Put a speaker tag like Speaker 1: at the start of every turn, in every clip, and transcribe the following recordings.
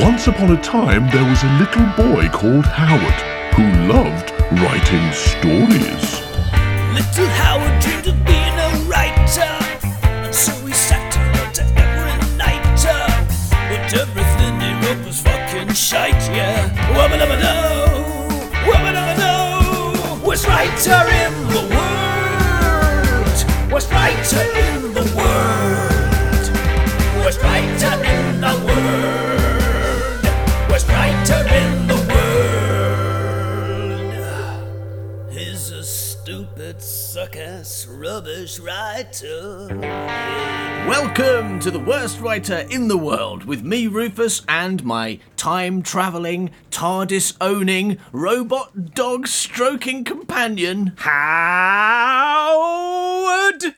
Speaker 1: Once upon a time, there was a little boy called Howard who loved writing stories.
Speaker 2: Little Howard dreamed of being a writer, and so he sat and wrote to every nighter. But everything he wrote was fucking shite, yeah. Woman of a no, woman of a no, worst writer in the world, worst writer in the world, worst writer in the world, worst writer in the world. He's a stupid, suck ass, rubbish writer.
Speaker 3: Welcome to the worst writer in the world with me, Rufus, and my time travelling, TARDIS owning, robot dog stroking companion, Howard!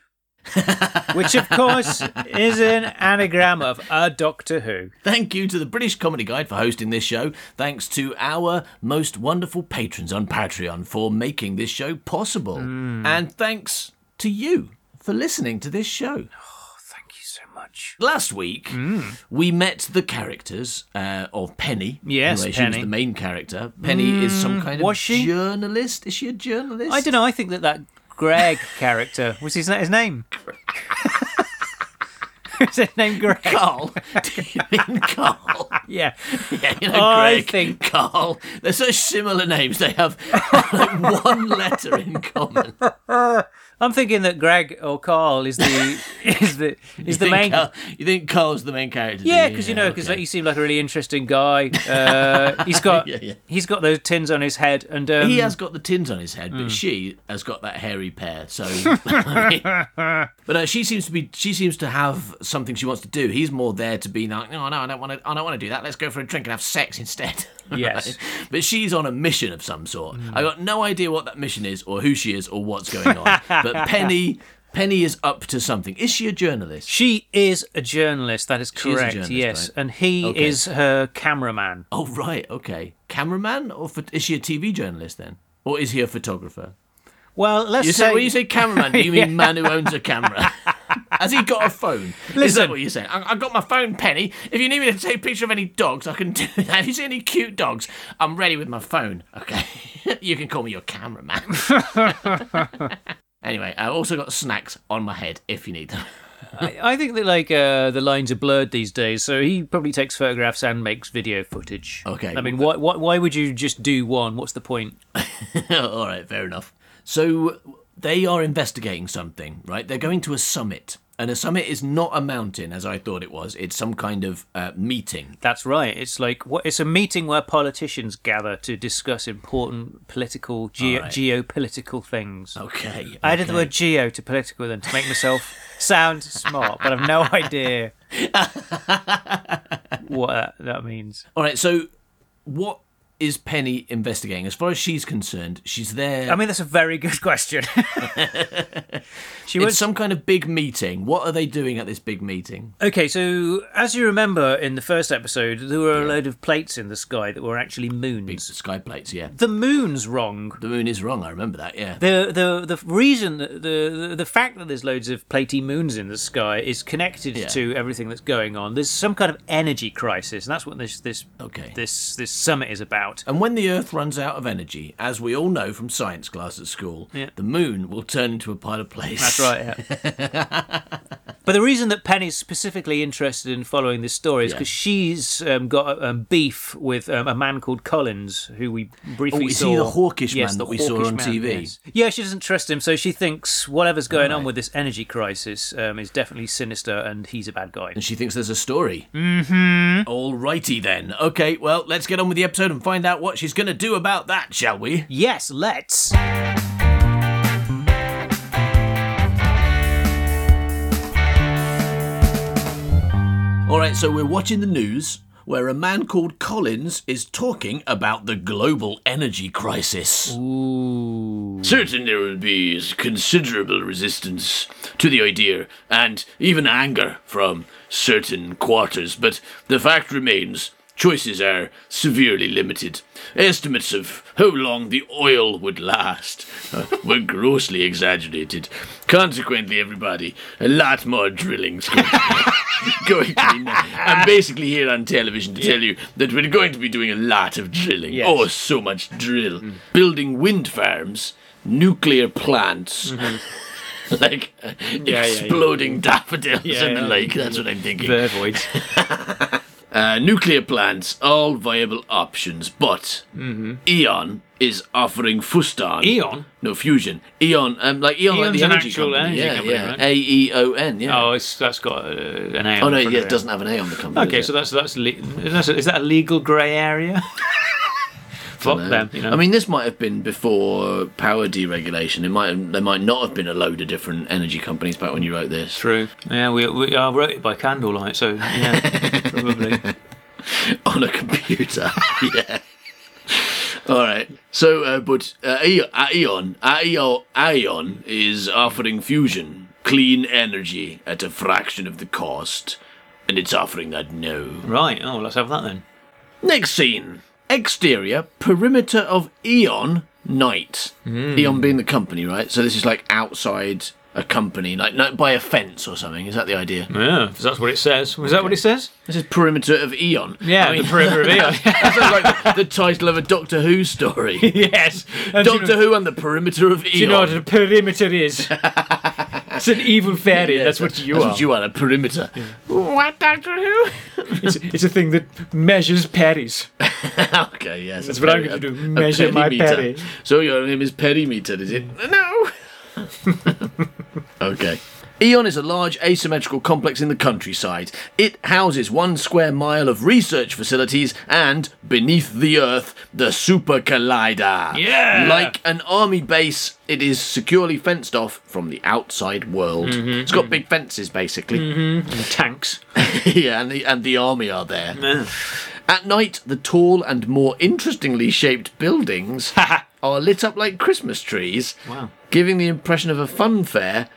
Speaker 4: Which, of course, is an anagram of a Doctor Who.
Speaker 3: Thank you to the British Comedy Guide for hosting this show. Thanks to our most wonderful patrons on Patreon for making this show possible.
Speaker 4: Hmm.
Speaker 3: And thanks to you for listening to this show.
Speaker 4: Oh, Thank you so much. Hmm.
Speaker 3: Last week, we met the characters uh, of Penny.
Speaker 4: Yes,
Speaker 3: who I assume is
Speaker 4: Penny. Hmm.
Speaker 3: the main character. Penny is some kind of
Speaker 4: was she?
Speaker 3: journalist. Is she a journalist?
Speaker 4: I don't know. I think that that Greg character was his, his name. Is his name Greg?
Speaker 3: Carl. Do you mean Carl?
Speaker 4: Yeah.
Speaker 3: Yeah, you know,
Speaker 4: I
Speaker 3: Greg,
Speaker 4: think-
Speaker 3: Carl. They're such similar names. They have like one letter in common.
Speaker 4: I'm thinking that Greg or Carl is the is the is the
Speaker 3: think
Speaker 4: main.
Speaker 3: Carl- you think Carl's the main character? do
Speaker 4: Yeah, because you know, because
Speaker 3: okay.
Speaker 4: he seemed like a really interesting guy. Uh, he's got
Speaker 3: Yeah, yeah.
Speaker 4: he's got those tins on his head, and um,
Speaker 3: he has got the tins on his head,
Speaker 4: Mm.
Speaker 3: but she has got that hairy pair. So, I mean- but uh, she seems to be she seems to have something she wants to do. He's more there to be like, no, no, I don't want to, I don't want to do that. Let's go for a drink and have sex instead.
Speaker 4: Yes.
Speaker 3: Right? but she's on a mission of some sort.
Speaker 4: Mm.
Speaker 3: I got no idea what that mission is, or who she is, or what's going on. but Penny. Penny is up to something. Is she a journalist?
Speaker 4: She is a journalist. That is
Speaker 3: is a
Speaker 4: correct.
Speaker 3: journalist,
Speaker 4: yes,
Speaker 3: right.
Speaker 4: and he
Speaker 3: Okay.
Speaker 4: is her cameraman.
Speaker 3: Oh right, okay. Cameraman, or pho- is she a TV journalist then, or is he a photographer?
Speaker 4: Well, let's
Speaker 3: You
Speaker 4: say
Speaker 3: say when you say cameraman, do you mean man who owns a camera? Has he got a phone? Is that
Speaker 4: Listen.
Speaker 3: what you say? I, I've got my phone, Penny. If you need me to take a picture of any dogs, I can do that. If you see any cute dogs, I'm ready with my phone. Okay, you can call me your cameraman. anyway, I also got snacks on my head if you need them.
Speaker 4: I, I think that like uh, the lines are blurred these days, so he probably takes photographs and makes video footage.
Speaker 3: Okay.
Speaker 4: I mean, why why, why would you just do one? What's the point?
Speaker 3: All right, fair enough. So they are investigating something, right? They're going to a summit. And a summit is not a mountain, as I thought it was. It's some kind of uh, meeting.
Speaker 4: That's right. It's like what it's a meeting where politicians gather to discuss important political ge-
Speaker 3: right.
Speaker 4: geopolitical things.
Speaker 3: Okay.
Speaker 4: I added the word geo to political then to make myself sound smart, but I've no idea what that, that means.
Speaker 3: All right, so what is Penny investigating? As far as she's concerned, she's there.
Speaker 4: I mean, that's a very good question. she
Speaker 3: it's
Speaker 4: was
Speaker 3: some kind of big meeting. What are they doing at this big meeting?
Speaker 4: okay. So, as you remember in the first episode, there were a load of plates in the sky that were actually moons.
Speaker 3: Sky plates, yeah.
Speaker 4: The moon's wrong.
Speaker 3: The moon is wrong. I remember that. Yeah.
Speaker 4: The the the reason that- the the, the fact that there's loads of platey moons in the sky is connected
Speaker 3: Yeah.
Speaker 4: to everything that's going on. There's some kind of energy crisis, and that's what this this
Speaker 3: Okay.
Speaker 4: this this summit is about.
Speaker 3: And when the Earth runs out of energy, as we all know from science class at school,
Speaker 4: Yeah.
Speaker 3: the moon will turn into a pile of plates.
Speaker 4: That's right. Yeah. but the reason that Penny's specifically interested in following this story is
Speaker 3: Yeah.
Speaker 4: because she's um, got um, beef with um, a man called Collins, who we briefly
Speaker 3: Oh, is
Speaker 4: saw.
Speaker 3: he the hawkish
Speaker 4: Yes,
Speaker 3: man
Speaker 4: the
Speaker 3: that we saw
Speaker 4: hawkish
Speaker 3: on
Speaker 4: man,
Speaker 3: TV?
Speaker 4: yes. Yeah, she doesn't trust him, so she thinks whatever's going on with this energy crisis um, is definitely sinister, and he's a bad guy.
Speaker 3: And she thinks there's a story. Mm-hmm. Alrighty then. Okay, well, let's get on with the episode and find out what she's going to do about that, shall we?
Speaker 4: Yes, let's.
Speaker 3: All right, so we're watching the news where a man called Collins is talking about the global energy crisis. Certain there will be considerable resistance to the idea and even anger from certain quarters, but the fact remains choices are severely limited. Estimates of how long the oil would last uh, were grossly exaggerated. Consequently, everybody, a lot more drilling's going going to be. I'm basically here on television to tell you that we're going to be doing a lot of drilling.
Speaker 5: Yes.
Speaker 3: Oh, so much drill.
Speaker 4: Mm.
Speaker 3: Building wind farms, nuclear plants.
Speaker 4: Mm-hmm.
Speaker 3: Like uh,
Speaker 5: yeah, yeah.
Speaker 3: exploding daffodils
Speaker 5: Yeah,
Speaker 3: and the
Speaker 5: yeah.
Speaker 3: like. That's what I'm thinking.
Speaker 5: Vervoids.
Speaker 3: Uh, nuclear plants, all viable options, but
Speaker 4: Mm-hmm.
Speaker 3: Eon is offering Fustan.
Speaker 4: Eon?
Speaker 3: No, Fusion. Eon, um, like Eon, like
Speaker 4: Eon's
Speaker 3: the
Speaker 4: E an
Speaker 3: energy
Speaker 4: actual
Speaker 3: company.
Speaker 4: energy
Speaker 3: yeah,
Speaker 4: company,
Speaker 3: yeah.
Speaker 4: right?
Speaker 3: A E O N. Yeah.
Speaker 4: Oh, it's, that's got uh, an A.
Speaker 3: Oh
Speaker 4: on
Speaker 3: no,
Speaker 4: the front
Speaker 3: yeah,
Speaker 4: of
Speaker 3: it doesn't have an A on the company.
Speaker 4: Okay,
Speaker 3: does
Speaker 4: so
Speaker 3: it?
Speaker 4: that's that's le- that's is that a legal grey area? Fuck them. You know.
Speaker 3: I mean, this might have been before power deregulation. It might there might not have been a load of different energy companies back when you wrote this.
Speaker 4: true. Yeah, we, we I wrote it by candlelight, so yeah, probably.
Speaker 3: on a computer. yeah. All right. So, uh, but uh, Ae- Aeon, Aeon, Aeon is offering fusion, clean energy at a fraction of the cost, and it's offering that no.
Speaker 4: Right. Oh, let's have that then.
Speaker 3: Next scene. Exterior, perimeter of Eon, night.
Speaker 4: Hmm.
Speaker 3: Eon being the company, right? So this is like outside a company, like not by a fence or something. Is that the idea?
Speaker 4: Yeah, 'cause that's what it says. Was that what it says?
Speaker 3: This is perimeter of Eon.
Speaker 4: Yeah,
Speaker 3: I mean,
Speaker 4: the perimeter of Eon.
Speaker 3: that sounds like the title of a Doctor Who story.
Speaker 4: yes. And do you know-
Speaker 3: Doctor Who and the perimeter of Eon.
Speaker 4: Do you know what a perimeter is? it's an evil fairy. that's what you
Speaker 3: That's
Speaker 4: are.
Speaker 3: what you are, a perimeter.
Speaker 4: What Doctor Who? it's, it's a thing that measures patties.
Speaker 3: okay, yes.
Speaker 4: That's
Speaker 3: a
Speaker 4: what I'm going
Speaker 3: peri-
Speaker 4: to
Speaker 3: a-
Speaker 4: do.
Speaker 3: a
Speaker 4: Measure my
Speaker 3: perimeter.
Speaker 4: patty.
Speaker 3: So your name is Perimeter, is it? No. okay. Eon is a large asymmetrical complex in the countryside. It houses one square mile of research facilities and, beneath the earth, the Super Collider.
Speaker 4: Yeah!
Speaker 3: Like an army base, it is securely fenced off from the outside world.
Speaker 4: Mm-hmm,
Speaker 3: it's got big fences, basically.
Speaker 4: Tanks.
Speaker 3: yeah, and the, and the army are there. At night, the tall and more interestingly shaped buildings are lit up like Christmas trees,
Speaker 4: Wow.
Speaker 3: giving the impression of a fun fair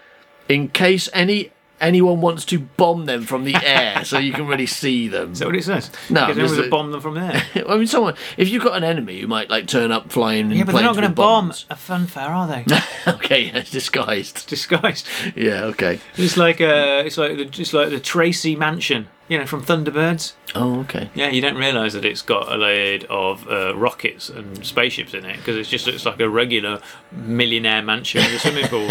Speaker 3: in case any anyone wants to bomb them from the air so you can really see them.
Speaker 4: Is that what it says?
Speaker 3: No,
Speaker 4: Because then
Speaker 3: just
Speaker 4: we'll
Speaker 3: a-
Speaker 4: bomb them from there.
Speaker 3: I mean, someone, if you've got an enemy who might like turn up flying in
Speaker 4: yeah, but they're not
Speaker 3: going to
Speaker 4: bomb a funfair, are they?
Speaker 3: okay, it's disguised.
Speaker 4: Disguised.
Speaker 3: Yeah, okay.
Speaker 4: It's like uh, it's like the, it's like the Tracy Mansion, you know, from Thunderbirds.
Speaker 3: Oh, okay.
Speaker 4: Yeah, you don't realise that it's got a load of uh, rockets and spaceships in it because it just looks like a regular millionaire mansion with a swimming pool.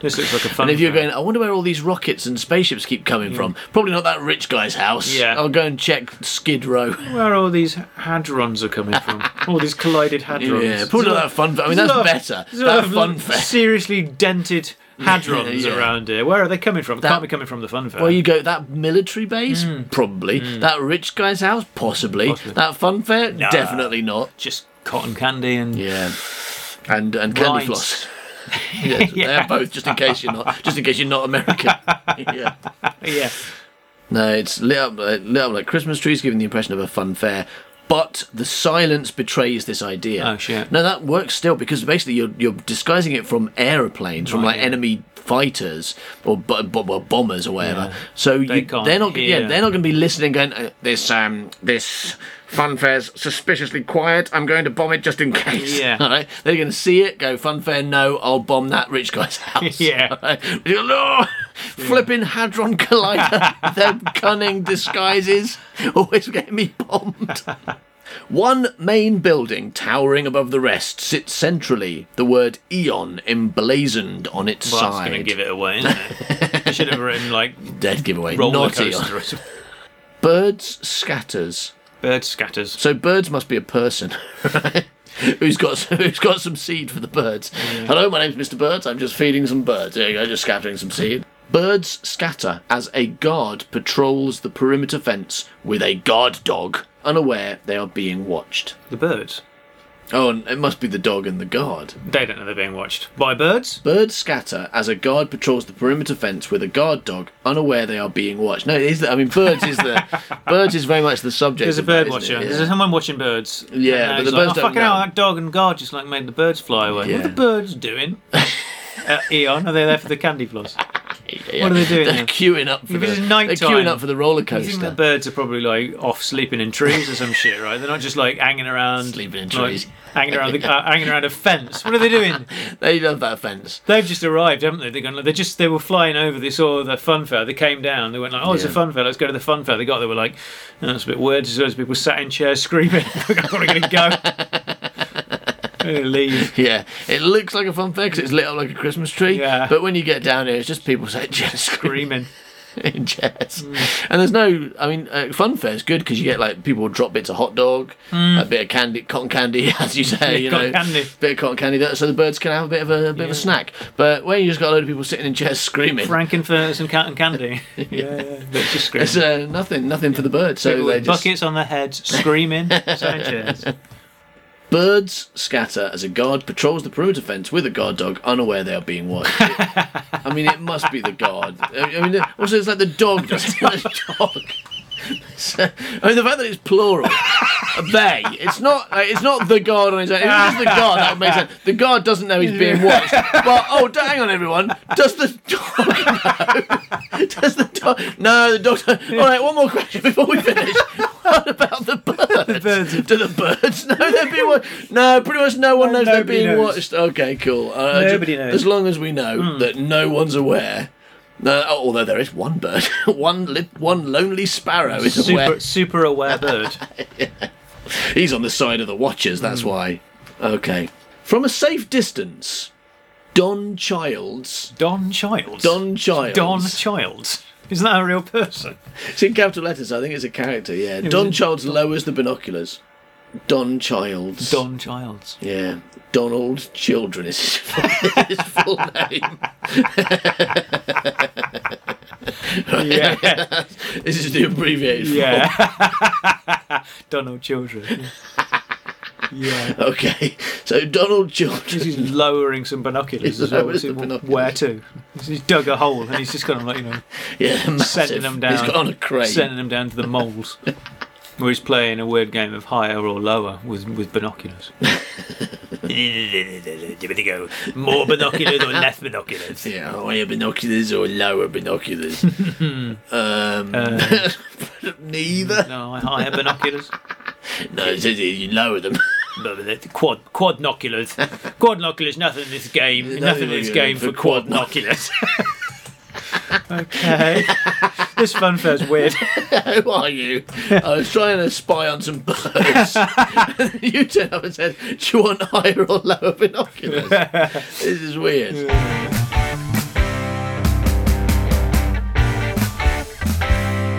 Speaker 4: this looks like a fun.
Speaker 3: And if you're
Speaker 4: fair.
Speaker 3: going, I wonder where all these rockets and spaceships keep coming from. Probably not that rich guy's house.
Speaker 4: Yeah.
Speaker 3: I'll go and check Skid Row.
Speaker 4: where all these hadrons are coming from, all these collided hadrons.
Speaker 3: Yeah, probably not that fun. I mean, that's better.
Speaker 4: There's a lot
Speaker 3: That
Speaker 4: of
Speaker 3: fun fair.
Speaker 4: Seriously dented hadrons
Speaker 3: Yeah.
Speaker 4: around here. Where are they coming from?
Speaker 3: That-
Speaker 4: Can't be coming from the fun fair.
Speaker 3: Well, you go that military base, probably that rich guy's house, possibly,
Speaker 4: Hmm. Possibly.
Speaker 3: that fun fair, definitely not.
Speaker 4: just cotton candy and
Speaker 3: Yeah, and and
Speaker 4: Rides.
Speaker 3: candy floss. yeah, they are both. Just in case you're not, just in case you're not American. yeah.
Speaker 4: yeah.
Speaker 3: No, it's lit up, uh, lit up like Christmas trees, giving the impression of a fun fair. But the silence betrays this idea.
Speaker 4: Oh, shit.
Speaker 3: No, that works still because basically you're you're disguising it from aeroplanes, from like
Speaker 4: yeah.
Speaker 3: enemy fighters or bo- bo- well, bombers or whatever. So
Speaker 4: They
Speaker 3: you,
Speaker 4: can't
Speaker 3: they're not yeah
Speaker 4: hear.
Speaker 3: they're not going to be listening. Going uh, this um this fun fair's suspiciously quiet. I'm going to bomb it just in case.
Speaker 4: Yeah.
Speaker 3: All right. They're going to see it. Go fun fair. No, I'll bomb that rich guy's house.
Speaker 4: Yeah.
Speaker 3: All right. No! Flipping Hadron Collider, their cunning disguises always get me bombed. One main building towering above the rest sits centrally, the word Eon emblazoned on its
Speaker 4: Well, that's going to
Speaker 3: side.
Speaker 4: give it away, isn't it? I should have written like
Speaker 3: Dead giveaway.
Speaker 4: roller
Speaker 3: Not Eon.
Speaker 4: coaster. or something.
Speaker 3: Birds scatters.
Speaker 4: Bird scatters.
Speaker 3: So birds must be a person. right? Who's got who's got some seed for the birds? Hello, my name's Mr. Birds. I'm just feeding some birds. There you go, just scattering some seed. Birds scatter as a guard patrols the perimeter fence with a guard dog, unaware they are being watched.
Speaker 4: The birds.
Speaker 3: Oh, and it must be the dog and the guard.
Speaker 4: They don't know they're being watched by birds.
Speaker 3: Birds scatter as a guard patrols the perimeter fence with a guard dog, unaware they are being watched. No, it is. The, I mean, birds is the birds is very much the subject.
Speaker 4: There's a
Speaker 3: of that,
Speaker 4: bird
Speaker 3: isn't
Speaker 4: watcher.
Speaker 3: it?
Speaker 4: There's someone watching birds. And
Speaker 3: Yeah, but
Speaker 4: he's
Speaker 3: the
Speaker 4: like,
Speaker 3: birds
Speaker 4: oh,
Speaker 3: don't
Speaker 4: fucking hell,
Speaker 3: know."
Speaker 4: that dog and guard just like made the birds fly away. What are
Speaker 3: Yeah.
Speaker 4: the birds doing? uh, Eon, are they there for the candy floss?
Speaker 3: yeah.
Speaker 4: What are they doing
Speaker 3: They're
Speaker 4: now?
Speaker 3: queuing up for
Speaker 4: If
Speaker 3: the,
Speaker 4: it's
Speaker 3: they're
Speaker 4: nighttime,
Speaker 3: queuing up for the roller
Speaker 4: You think the
Speaker 3: coaster.
Speaker 4: birds are probably like off sleeping in trees or some shit, right? They're not just like hanging around,
Speaker 3: Sleeping in
Speaker 4: like,
Speaker 3: trees.
Speaker 4: hanging around, the, uh, hanging around a fence. What are they doing?
Speaker 3: They love that fence.
Speaker 4: They've just arrived, haven't they? They're going. They just they were flying over. They saw the fun fair. They came down. They went like, "Oh, it's a
Speaker 3: Yeah.
Speaker 4: fun fair. Let's go to the fun fair." They got there. Were like, oh, "That's a bit weird." There's loads of people sat in chairs screaming. I'm not going to go. I'm gonna leave.
Speaker 3: Yeah, it looks like a fun fair 'cause it's lit up like a Christmas tree.
Speaker 4: Yeah.
Speaker 3: But when you get down here, it's just people saying chairs screaming
Speaker 4: Screaming.
Speaker 3: in chairs.
Speaker 4: Mm.
Speaker 3: And there's no, I mean, uh, fun fair's good because you get like people drop bits of hot dog, a bit of candy, cotton candy, as you say, you
Speaker 4: Mm. Cotton
Speaker 3: know,
Speaker 4: candy.
Speaker 3: bit of cotton candy, that- so the birds can have a bit of a, a bit of a snack. But when you just got a load of people sitting in chairs screaming,
Speaker 4: Frankenfurters and cat and candy. yeah, yeah. But just screaming.
Speaker 3: it's uh, nothing, nothing for the birds. So
Speaker 4: People
Speaker 3: they
Speaker 4: with
Speaker 3: just
Speaker 4: buckets on their heads, screaming. sat in chairs.
Speaker 3: birds scatter as a guard patrols the perimeter fence with a guard dog, unaware they are being watched. I mean, it must be the guard. I I mean, also it's like the dog. Just the dog. So- I mean, the fact that it's plural, they. It's not. Like, it's not the guard on his own. If it was the guard, that would make sense. The guard doesn't know he's being watched. But oh, d- hang on, everyone. Does the dog know? Does the dog? No, the dog. All right, one more question before we finish. What about the birds?
Speaker 4: birds are-
Speaker 3: Do the birds know they're being watched? No, pretty much no one knows they're
Speaker 4: nobody
Speaker 3: being
Speaker 4: knows.
Speaker 3: watched. Okay, cool. Uh, ju-
Speaker 4: Nobody knows. Hmm.
Speaker 3: As long as we know that no one's aware. No, although there is one bird, one li- one lonely sparrow is aware.
Speaker 4: Super, super aware bird.
Speaker 3: He's on the side of the watchers.
Speaker 4: Hmm.
Speaker 3: That's why. Okay, from a safe distance, Don Childs.
Speaker 4: Don Childs.
Speaker 3: Don Childs.
Speaker 4: Don Childs. Isn't that a real person?
Speaker 3: It's in capital letters. I think it's a character. Yeah. Don Childs lowers the binoculars. Don Childs.
Speaker 4: Don Childs.
Speaker 3: Yeah. Donald Children is his full, his full name.
Speaker 4: Yeah.
Speaker 3: This is the abbreviated form.
Speaker 4: yeah. Donald Children. Yeah.
Speaker 3: Okay, so Donald Children.
Speaker 4: Because he's lowering some binoculars
Speaker 3: He's
Speaker 4: as well.
Speaker 3: lowering
Speaker 4: so
Speaker 3: the binoculars.
Speaker 4: Where to? He's dug a hole and he's just kind of like, you know,
Speaker 3: Yeah, massive.
Speaker 4: them down.
Speaker 3: He's got on a crane.
Speaker 4: sending them down to the moles. Where he's playing a weird game of higher or lower with, with binoculars. More binoculars or less binoculars?
Speaker 3: Yeah, higher binoculars or lower binoculars? um, neither.
Speaker 4: Uh, No, higher binoculars.
Speaker 3: No, it says you lower them.
Speaker 4: quad quadnoculars. quadnoculars, nothing in this game. nothing in this
Speaker 3: really
Speaker 4: game for
Speaker 3: for
Speaker 4: quadnoculars. okay. this fun fair's weird.
Speaker 3: Who are you? I was trying to spy on some birds. you turned up and said, "Do you want higher or lower binoculars?" this is weird.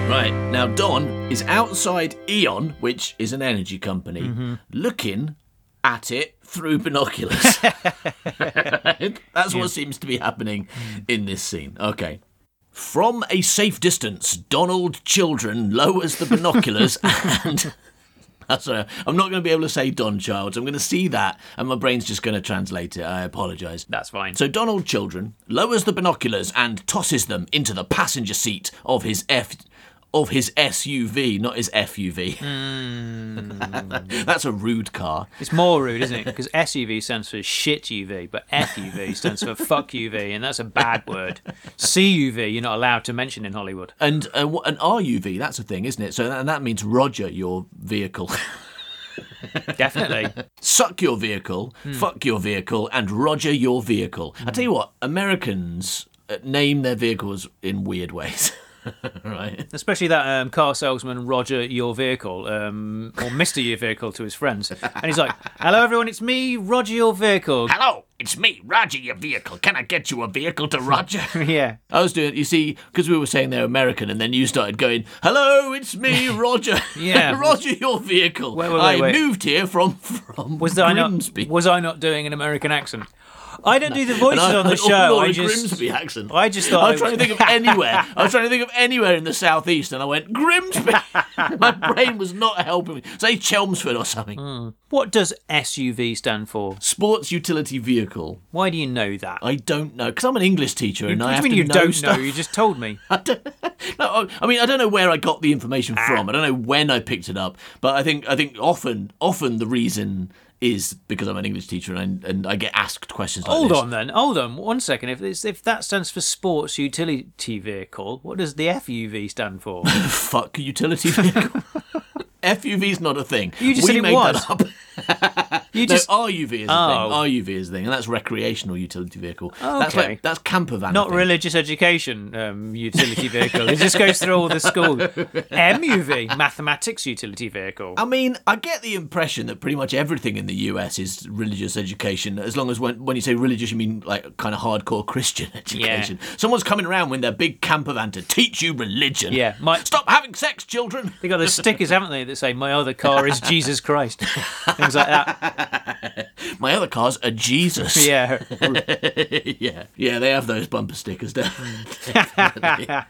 Speaker 6: Right, now Don is outside
Speaker 3: E
Speaker 6: Eon, which is an energy company, looking at it through binoculars. Right? That's what seems to be happening in this scene. Okay. From a safe distance, Donald Children lowers the binoculars and. That's all right. I'm not going to be able to say Don Childs. I'm going to see that, and my brain's just going to translate it. I apologise.
Speaker 4: That's fine.
Speaker 6: So Donald Children lowers the binoculars and tosses them into the passenger seat of his F of his SUV, not his FUV.
Speaker 4: Hmm.
Speaker 6: That's a rude car.
Speaker 4: It's more rude, isn't it? Because SUV stands for shit UV, but FUV stands for fuck UV, and that's a bad word. CUV, you're not allowed to mention in Hollywood.
Speaker 6: And uh, wh- an RUV, that's a thing, isn't it? So and that means Roger your vehicle.
Speaker 4: Definitely.
Speaker 6: Suck your vehicle, fuck your vehicle and Roger your vehicle. I tell you what, Americans uh, name their vehicles in weird ways. right?
Speaker 4: especially that um, car salesman Roger your vehicle um, or Mister your vehicle to his friends, and he's like, "Hello everyone, it's me, Roger your vehicle."
Speaker 6: Hello, it's me, Roger your vehicle. Can I get you a vehicle to Roger?
Speaker 4: yeah,
Speaker 6: I was doing, you see, because we were saying they're American, and then you started going, "Hello, it's me, Roger."
Speaker 4: Yeah.
Speaker 6: Roger, your vehicle.
Speaker 4: Wait, wait, wait,
Speaker 6: I
Speaker 4: wait.
Speaker 6: moved here from from
Speaker 4: was I not
Speaker 6: Grimsby.
Speaker 4: was I not doing an American accent? I don't do the voices
Speaker 6: And I
Speaker 4: on the
Speaker 6: had all
Speaker 4: show.
Speaker 6: Laura
Speaker 4: I just
Speaker 6: Grimsby accent.
Speaker 4: I just thought
Speaker 6: I
Speaker 4: it
Speaker 6: was trying to
Speaker 4: was-
Speaker 6: think of anywhere. I was trying to think of anywhere in the southeast, and I went Grimsby. My brain was not helping me. Say Chelmsford or something.
Speaker 4: Hmm. what does SUV stand for?
Speaker 6: Sports utility vehicle.
Speaker 4: Why do you know that?
Speaker 6: I don't know because I'm an English teacher, and
Speaker 4: what
Speaker 6: I
Speaker 4: do you
Speaker 6: have
Speaker 4: mean
Speaker 6: to
Speaker 4: you
Speaker 6: know
Speaker 4: don't
Speaker 6: stuff.
Speaker 4: know? You just told me.
Speaker 6: I don't, no, I- I mean I don't know where I got the
Speaker 4: Ah.
Speaker 6: information from. I don't know when I picked it up, but I think I think often often the reason
Speaker 3: is because I'm an English teacher and I, and I get asked questions like
Speaker 4: Hold
Speaker 3: this.
Speaker 4: on then, hold on one second. If this, if that stands for sports utility vehicle, what does the FUV stand for?
Speaker 3: Fuck utility vehicle. FUV's not a thing.
Speaker 4: You just said
Speaker 3: we
Speaker 4: it
Speaker 3: made
Speaker 4: was.
Speaker 3: that up.
Speaker 4: You
Speaker 3: No,
Speaker 4: just
Speaker 3: RUV is a
Speaker 4: Oh.
Speaker 3: thing. RUV is a thing, and that's recreational utility vehicle. That's
Speaker 4: Okay.
Speaker 3: like that's camper van. I
Speaker 4: not
Speaker 3: think.
Speaker 4: religious education um, utility vehicle. it just goes through all the school. MUV, mathematics utility vehicle.
Speaker 3: I mean, I get the impression that pretty much everything in the US is religious education, as long as when, when you say religious, you mean like kind of hardcore Christian education. Someone's coming around with their big camper van to teach you religion.
Speaker 4: Yeah, my-
Speaker 3: Stop having sex, children!
Speaker 4: They got the stickers, haven't they, that say "My other car is Jesus Christ," things like that.
Speaker 3: My other car's a Jesus.
Speaker 4: Yeah,
Speaker 3: yeah. Yeah, they have those bumper stickers there.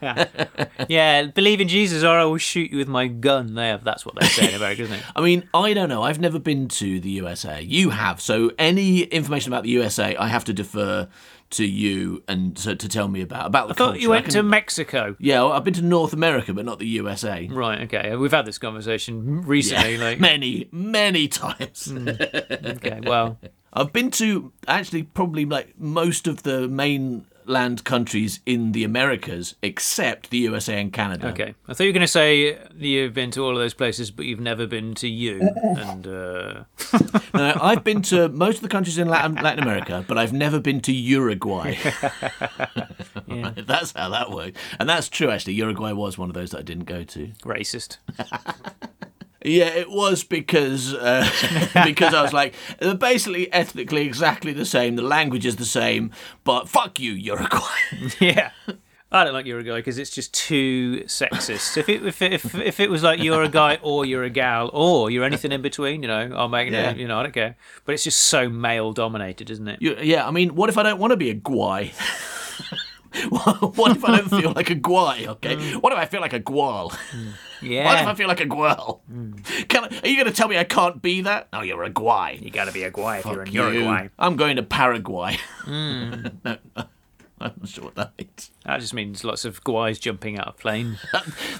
Speaker 4: yeah. Believe in Jesus, or I will shoot you with my gun. There, that's what they say in America, isn't it?
Speaker 3: I mean, I don't know. I've never been to the USA. You have. So any information about the USA, I have to defer to you and to, to tell me about. About the
Speaker 4: I thought
Speaker 3: culture.
Speaker 4: you went
Speaker 3: I
Speaker 4: to
Speaker 3: can-
Speaker 4: Mexico.
Speaker 3: Yeah, well, I've been to North America, but not the USA.
Speaker 4: Right, okay. We've had this conversation recently. Like,
Speaker 3: Many, many times.
Speaker 4: Hmm. okay, well,
Speaker 3: I've been to actually probably like most of the mainland countries in the Americas, except the USA and Canada.
Speaker 4: okay. I thought you were going to say you've been to all of those places, but you've never been to you. And uh,
Speaker 3: No, I've been to most of the countries in Latin, Latin America, but I've never been to Uruguay. Right, that's how that works. And that's true, actually. Uruguay was one of those that I didn't go to.
Speaker 4: racist.
Speaker 3: Yeah, it was because uh, because I was like, they're basically ethnically exactly the same, the language is the same, but fuck you, Uruguay.
Speaker 4: Yeah. I don't like Uruguay because it's just too sexist. If it if it, if, if it was like you're a guy or you're a gal or you're anything in between, you know, I'll make it.
Speaker 3: Yeah.
Speaker 4: You know, I don't care. But it's just so male dominated, isn't it?
Speaker 3: You- yeah, I mean, what if I don't want to be a guai? what if I don't feel like a guai? Okay, what if I feel like a gual? What if I
Speaker 4: Yeah.
Speaker 3: feel like a gual? Can I, are you going to tell me I can't be that? No, you're a guai.
Speaker 4: You gotta be a guy if you're in
Speaker 3: You.
Speaker 4: Uruguay.
Speaker 3: I'm going to Paraguay. Hmm. no, I'm not sure what that means.
Speaker 4: That just means lots of guys jumping out of planes.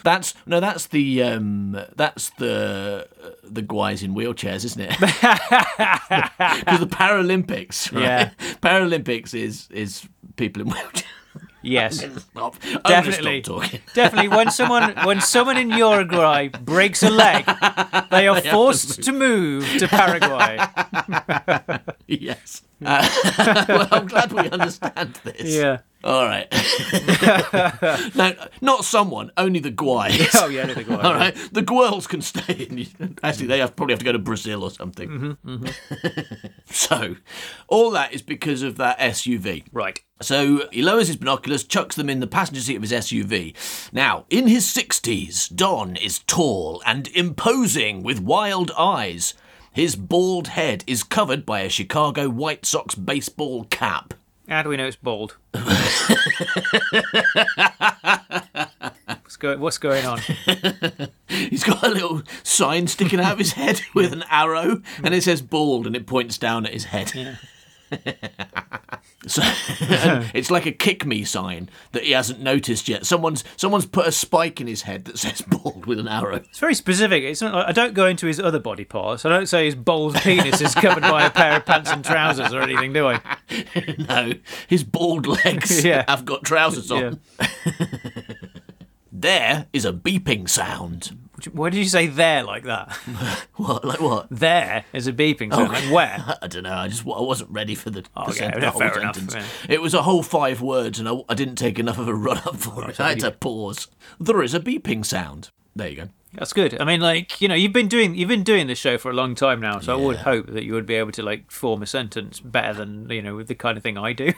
Speaker 3: That's no, that's the um, that's the uh, the guys in wheelchairs, isn't it? Because the Paralympics, right?
Speaker 4: Yeah.
Speaker 3: Paralympics is is people in wheelchairs.
Speaker 4: Yes.
Speaker 3: Stop. I'm gonna
Speaker 4: Definitely.
Speaker 3: Stop talking.
Speaker 4: Definitely, when someone when someone in Uruguay breaks a leg, they are forced to move to Paraguay.
Speaker 3: Yes. Uh, well, I'm glad we understand this.
Speaker 4: Yeah.
Speaker 3: All right. no, not someone. Only the guys.
Speaker 4: Oh yeah, anything
Speaker 3: All right, the Gwirls can stay in. Actually, they have, probably have to go to Brazil or something.
Speaker 4: Mm-hmm,
Speaker 3: so, all that is because of that SUV.
Speaker 4: Right.
Speaker 3: So he lowers his binoculars, chucks them in the passenger seat of his SUV. Now, in his 60s, Don is tall and imposing with wild eyes. His bald head is covered by a Chicago White Sox baseball cap.
Speaker 4: How do we know it's bald? what's, go- what's going on?
Speaker 3: He's got a little sign sticking out of his head with an arrow, and it
Speaker 4: Mm.
Speaker 3: says bald, and it points down at his head. so and it's like a kick me sign that he hasn't noticed yet. Someone's someone's put a spike in his head that says bald with an arrow.
Speaker 4: It's very specific. It's not. Like, I don't go into his other body parts. I don't say his bald penis is covered by a pair of pants and trousers or anything, do I?
Speaker 3: No, his bald legs
Speaker 4: Yeah.
Speaker 3: have got trousers on. There is a beeping sound.
Speaker 4: Why did you say there like that?
Speaker 3: What? Like what?
Speaker 4: There is a beeping sound. Like where?
Speaker 3: I don't know. I just I wasn't ready for the, the,
Speaker 4: Okay,
Speaker 3: sen- the
Speaker 4: yeah,
Speaker 3: whole
Speaker 4: fair enough,
Speaker 3: sentence. It was a whole five words, and I, I didn't take enough of a run up for it. I had to pause. There is a beeping sound. There you go.
Speaker 4: That's good. I mean, like you know, you've been doing you've been doing this show for a long time now, so I would hope that you would be able to like form a sentence better than you know with the kind of thing I do.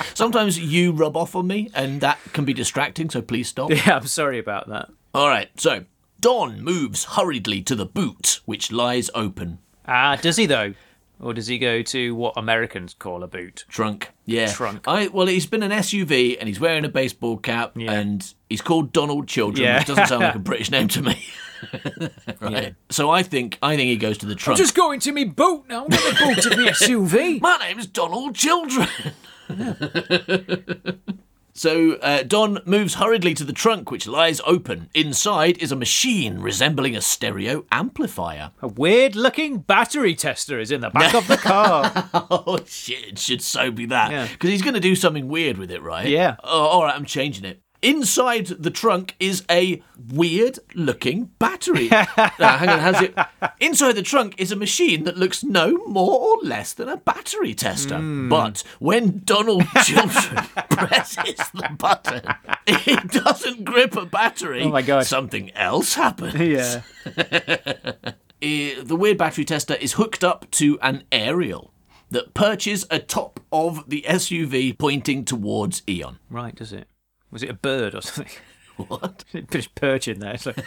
Speaker 3: Sometimes you rub off on me, and that can be distracting. So please stop.
Speaker 4: yeah, I'm sorry about that.
Speaker 3: All right. So Don moves hurriedly to the boot, which lies open.
Speaker 4: Ah, does he though, or does he go to what Americans call a boot?
Speaker 3: Trunk. Yeah.
Speaker 4: Trunk.
Speaker 3: I well, he's been an SUV, and he's wearing a baseball cap, and he's called Donald Children,
Speaker 4: Yeah.
Speaker 3: which doesn't sound like a British name to me. right. So I think I think he goes to the trunk.
Speaker 4: going to me boot now. I'm going to boot to the SUV.
Speaker 3: My name's Donald Children. So uh, Don moves hurriedly to the trunk, which lies open. Inside is a machine resembling a stereo amplifier.
Speaker 4: A weird looking battery tester is in the back of the car.
Speaker 3: Oh shit! It should so be that
Speaker 4: Yeah.
Speaker 3: because he's going to do something weird with it, right?
Speaker 4: Yeah.
Speaker 3: Oh, all right. I'm changing it. Inside the trunk is a weird-looking battery. now, hang on, how's it? Inside the trunk is a machine that looks no more or less than a battery tester.
Speaker 4: Hmm.
Speaker 3: But when Donald Children presses the button, it doesn't grip a battery.
Speaker 4: Oh, my God.
Speaker 3: Something else happens.
Speaker 4: yeah.
Speaker 3: I- the weird battery tester is hooked up to an aerial that perches atop of the SUV pointing towards Eon.
Speaker 4: Right, does it? Was it a bird or something?
Speaker 3: What?
Speaker 4: It just perching there. It's, like,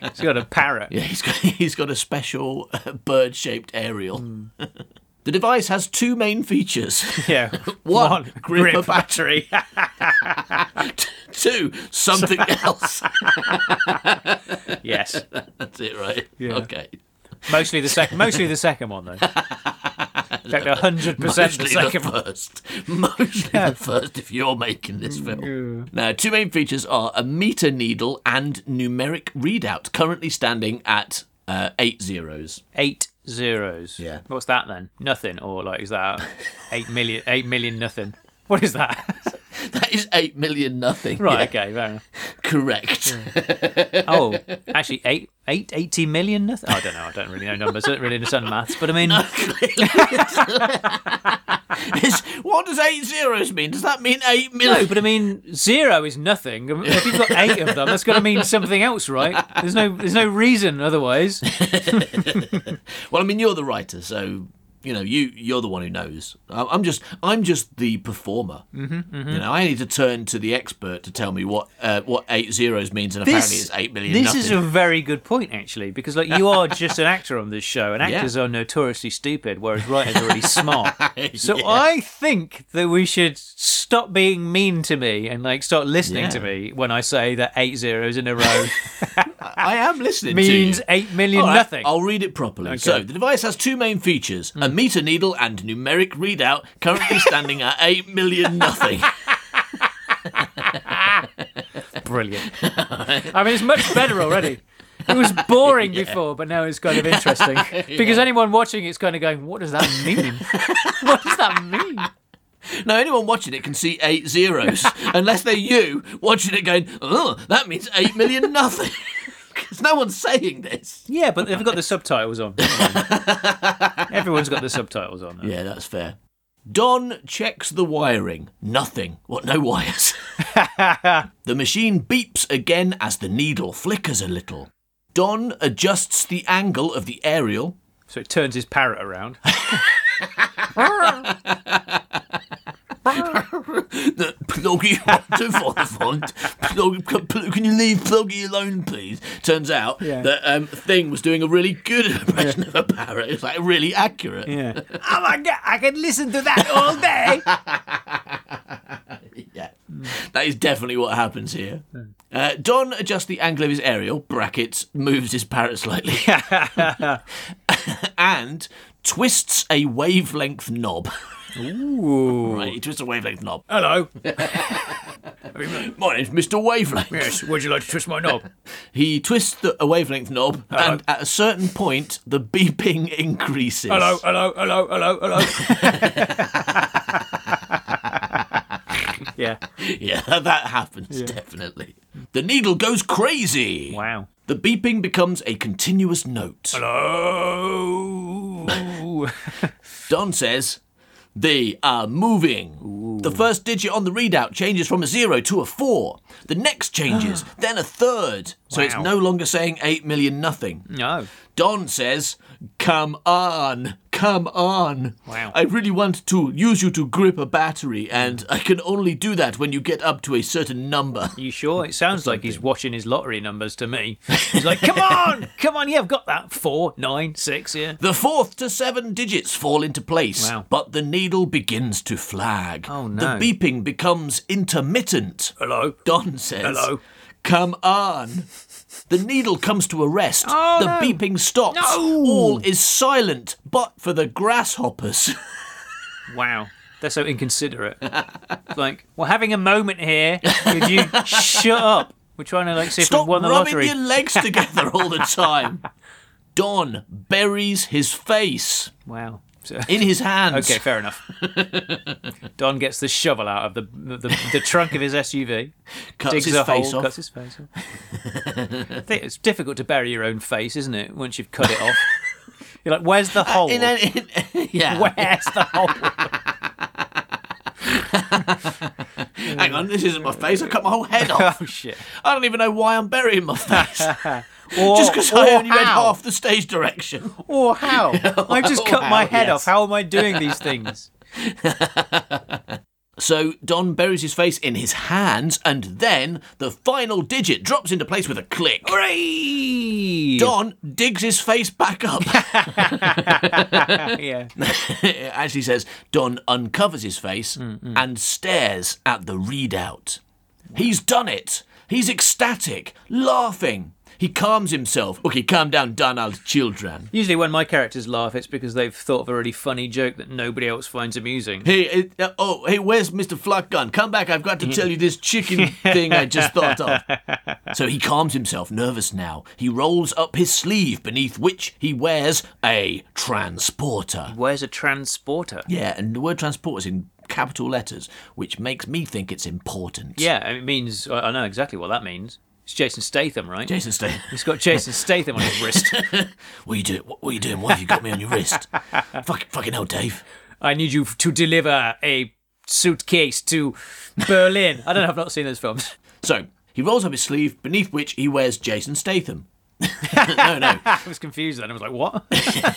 Speaker 4: it's got a parrot.
Speaker 3: Yeah, he's got, he's got a special uh, bird shaped aerial. the device has two main features
Speaker 4: Yeah.
Speaker 3: One, grip a
Speaker 4: battery.
Speaker 3: two, something else.
Speaker 4: yes.
Speaker 3: That's it, right?
Speaker 4: Yeah.
Speaker 3: Okay.
Speaker 4: Mostly the second. Mostly the second one though. In fact, hundred percent the
Speaker 3: Mostly the,
Speaker 4: second one.
Speaker 3: first. Mostly the first if you're making this film. Now, two main features are a meter needle and numeric readout, currently standing at uh, eight zeros.
Speaker 4: Eight zeros.
Speaker 3: Yeah.
Speaker 4: What's that then? Nothing, or like is that eight million? Eight million nothing. What is that?
Speaker 3: That is 8 million nothing.
Speaker 4: Right.
Speaker 3: Yeah,
Speaker 4: Okay. Fair enough.
Speaker 3: correct.
Speaker 4: Oh, actually, eight, eight, 80 million nothing. I don't know. I don't really know numbers. I don't really understand maths. But I mean,
Speaker 3: It's- what does 8 zeros mean? Does that mean 8
Speaker 4: No,
Speaker 3: million?
Speaker 4: but I mean, zero is nothing. If you've got eight of them, that's got to mean something else, right? There's no, there's no reason otherwise.
Speaker 3: Well, I mean, you're the writer, so. You know, you you're the one who knows. I- I'm just I'm just the performer.
Speaker 4: Mm-hmm,
Speaker 3: You know, I need to turn to the expert to tell me what uh, what eight zeros means, and apparently it's eight million.
Speaker 4: This
Speaker 3: nothing.
Speaker 4: is a very good point, actually, because like you are just an actor on this show, and actors are notoriously stupid, whereas writers are really smart. So I think that we should stop being mean to me and like start listening
Speaker 3: Yeah.
Speaker 4: to me when I say that eight zeros in a row
Speaker 3: I am listening.
Speaker 4: means
Speaker 3: to you.
Speaker 4: eight million
Speaker 3: All right,
Speaker 4: nothing. Hmm.
Speaker 3: I'll read it properly. So the device has two main features: a meter needle and numeric readout, currently standing at eight million nothing.
Speaker 4: Brilliant. I mean, it's much better already. It was boring before, but now it's kind of interesting because anyone watching it's kind of going, "What does that mean? what does that mean?"
Speaker 3: Now, anyone watching it can see eight zeros, unless they're you watching it going, oh, that means eight million nothing. Because no one's saying this.
Speaker 4: Yeah, but they've got the subtitles on. Everyone's got the subtitles on.
Speaker 3: Yeah, that's fair. Don checks the wiring. Nothing. What, no wires? the machine beeps again as the needle flickers a little. Don adjusts the angle of the aerial.
Speaker 4: So it turns his parrot around.
Speaker 3: The Ploggy onto Vodafone. Plug, pl- can you leave Ploggy alone, please? Turns out
Speaker 4: Yeah.
Speaker 3: that um, Thing was doing a really good impression of a parrot. It's like really accurate.
Speaker 4: Yeah. oh my god, I can listen to that all day.
Speaker 3: Yeah, that is definitely what happens here.
Speaker 4: Hmm.
Speaker 3: Uh, Don adjusts the angle of his aerial, brackets, moves his parrot slightly, and twists a wavelength knob. Ooh. Right, he twists a wavelength knob.
Speaker 4: Hello.
Speaker 3: My name's Mr. Wavelength.
Speaker 4: Yes. Would you like to twist my knob?
Speaker 3: He twists the, a wavelength knob, and at a certain point, the beeping increases.
Speaker 4: Hello. Hello. Hello. Hello. Hello. yeah.
Speaker 3: Yeah, that happens, definitely. The needle goes crazy.
Speaker 4: Wow.
Speaker 3: The beeping becomes a continuous note.
Speaker 4: Hello.
Speaker 3: Don says, they are moving. The first digit on the readout changes from a zero to a four. The next changes, then a third. So it's
Speaker 4: Wow.
Speaker 3: no longer saying eight million nothing.
Speaker 4: no.
Speaker 3: Don says, come on, come on.
Speaker 4: Wow.
Speaker 3: I really want to use you to grip a battery, and I can only do that when you get up to a certain number.
Speaker 4: You sure? It sounds like he's watching his lottery numbers to me. He's like, come on, come on, yeah, I've got that. Four, nine, six, yeah.
Speaker 3: The fourth to seven digits fall into place,
Speaker 4: Wow.
Speaker 3: but the needle begins to flag.
Speaker 4: Oh,
Speaker 3: The
Speaker 4: no.
Speaker 3: beeping becomes intermittent.
Speaker 4: Hello.
Speaker 3: Don says,
Speaker 4: Hello.
Speaker 3: Come on. The needle comes to a rest.
Speaker 4: Oh,
Speaker 3: the
Speaker 4: no.
Speaker 3: beeping stops.
Speaker 4: No.
Speaker 3: All is silent, but for the grasshoppers.
Speaker 4: Wow. They're so inconsiderate. It's like, we're having a moment here. Could you shut up? We're trying to like see if
Speaker 3: Stop
Speaker 4: we won the
Speaker 3: rubbing
Speaker 4: lottery.
Speaker 3: your legs together all the time. Don buries his face
Speaker 4: Wow. So-
Speaker 3: in his hands.
Speaker 4: okay, fair enough. Don gets the shovel out of the the, the trunk of his SUV,
Speaker 3: cuts
Speaker 4: digs
Speaker 3: his
Speaker 4: a
Speaker 3: face
Speaker 4: hole,
Speaker 3: off.
Speaker 4: cuts his face off. I think it's difficult to bury your own face, isn't it? Once you've cut it off, Uh, you're like, "Where's the hole?
Speaker 3: In a- in- yeah.
Speaker 4: Where's the hole?"
Speaker 3: Hang on, this isn't my face. I cut my whole head off.
Speaker 4: oh shit!
Speaker 3: I don't even know why I'm burying my face.
Speaker 4: Or,
Speaker 3: Just because I
Speaker 4: or
Speaker 3: only read
Speaker 4: how?
Speaker 3: half the stage direction.
Speaker 4: Or Oh, how? I've just
Speaker 3: Or
Speaker 4: cut my
Speaker 3: how,
Speaker 4: head
Speaker 3: yes.
Speaker 4: off. How am I doing these things?
Speaker 3: So Don buries his face in his hands, and then the final digit drops into place with a click.
Speaker 4: Hooray!
Speaker 3: Don digs his face back up.
Speaker 4: Yeah.
Speaker 3: As he says, Don uncovers his face
Speaker 4: Mm,
Speaker 3: and stares at the readout. He's done it. He's ecstatic, laughing. He calms himself. Okay, calm down, Donald, children.
Speaker 4: Usually, when my characters laugh, it's because they've thought of a really funny joke that nobody else finds amusing.
Speaker 3: Hey, it- uh, oh, hey, where's Mr. Flotgun? Come back, I've got to tell you this chicken thing I just thought of. So he calms himself, nervous now. He rolls up his sleeve, beneath which he wears a transporter.
Speaker 4: Where's a transporter?
Speaker 3: Yeah, and the word transporter is in capital letters, which makes me think it's important.
Speaker 4: Yeah, it means I I know exactly what that means. It's Jason Statham, right?
Speaker 3: Jason Statham,
Speaker 4: He's got Jason Statham on his wrist.
Speaker 3: what are you doing? What, what are you doing? What have you got me on your wrist? Fuck, fucking hell, Dave.
Speaker 4: I need you to deliver a suitcase to Berlin. I don't know. I've not seen those films.
Speaker 3: So he rolls up his sleeve, beneath which he wears Jason Statham. no, no.
Speaker 4: I was confused then. I was like, what?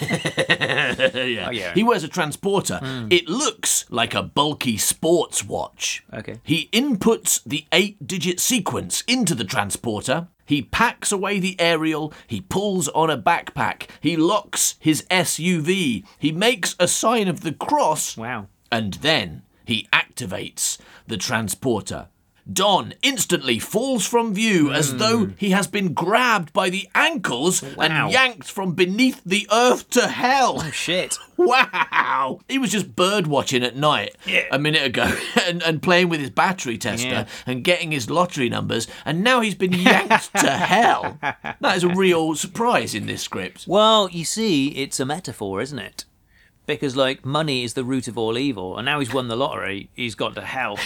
Speaker 3: yeah.
Speaker 4: Oh, yeah. Hmm.
Speaker 3: He wears a transporter. It looks like a bulky sports watch.
Speaker 4: Okay.
Speaker 3: He inputs the eight digit sequence into the transporter. He packs away the aerial. He pulls on a backpack. He locks his SUV. He makes a sign of the cross.
Speaker 4: Wow.
Speaker 3: And then he activates the transporter. Don instantly falls from view
Speaker 4: Hmm.
Speaker 3: as though he has been grabbed by the ankles
Speaker 4: Wow. Oh,
Speaker 3: and yanked from beneath the earth to hell.
Speaker 4: Shit.
Speaker 3: Wow! He was just bird watching at night a minute ago and, and playing with his battery tester
Speaker 4: Yeah.
Speaker 3: and getting his lottery numbers, and now he's been yanked to hell. That is a real surprise in this script.
Speaker 4: Well, you see, it's a metaphor, isn't it? Because like money is the root of all evil, and now he's won the lottery, he's gone to hell.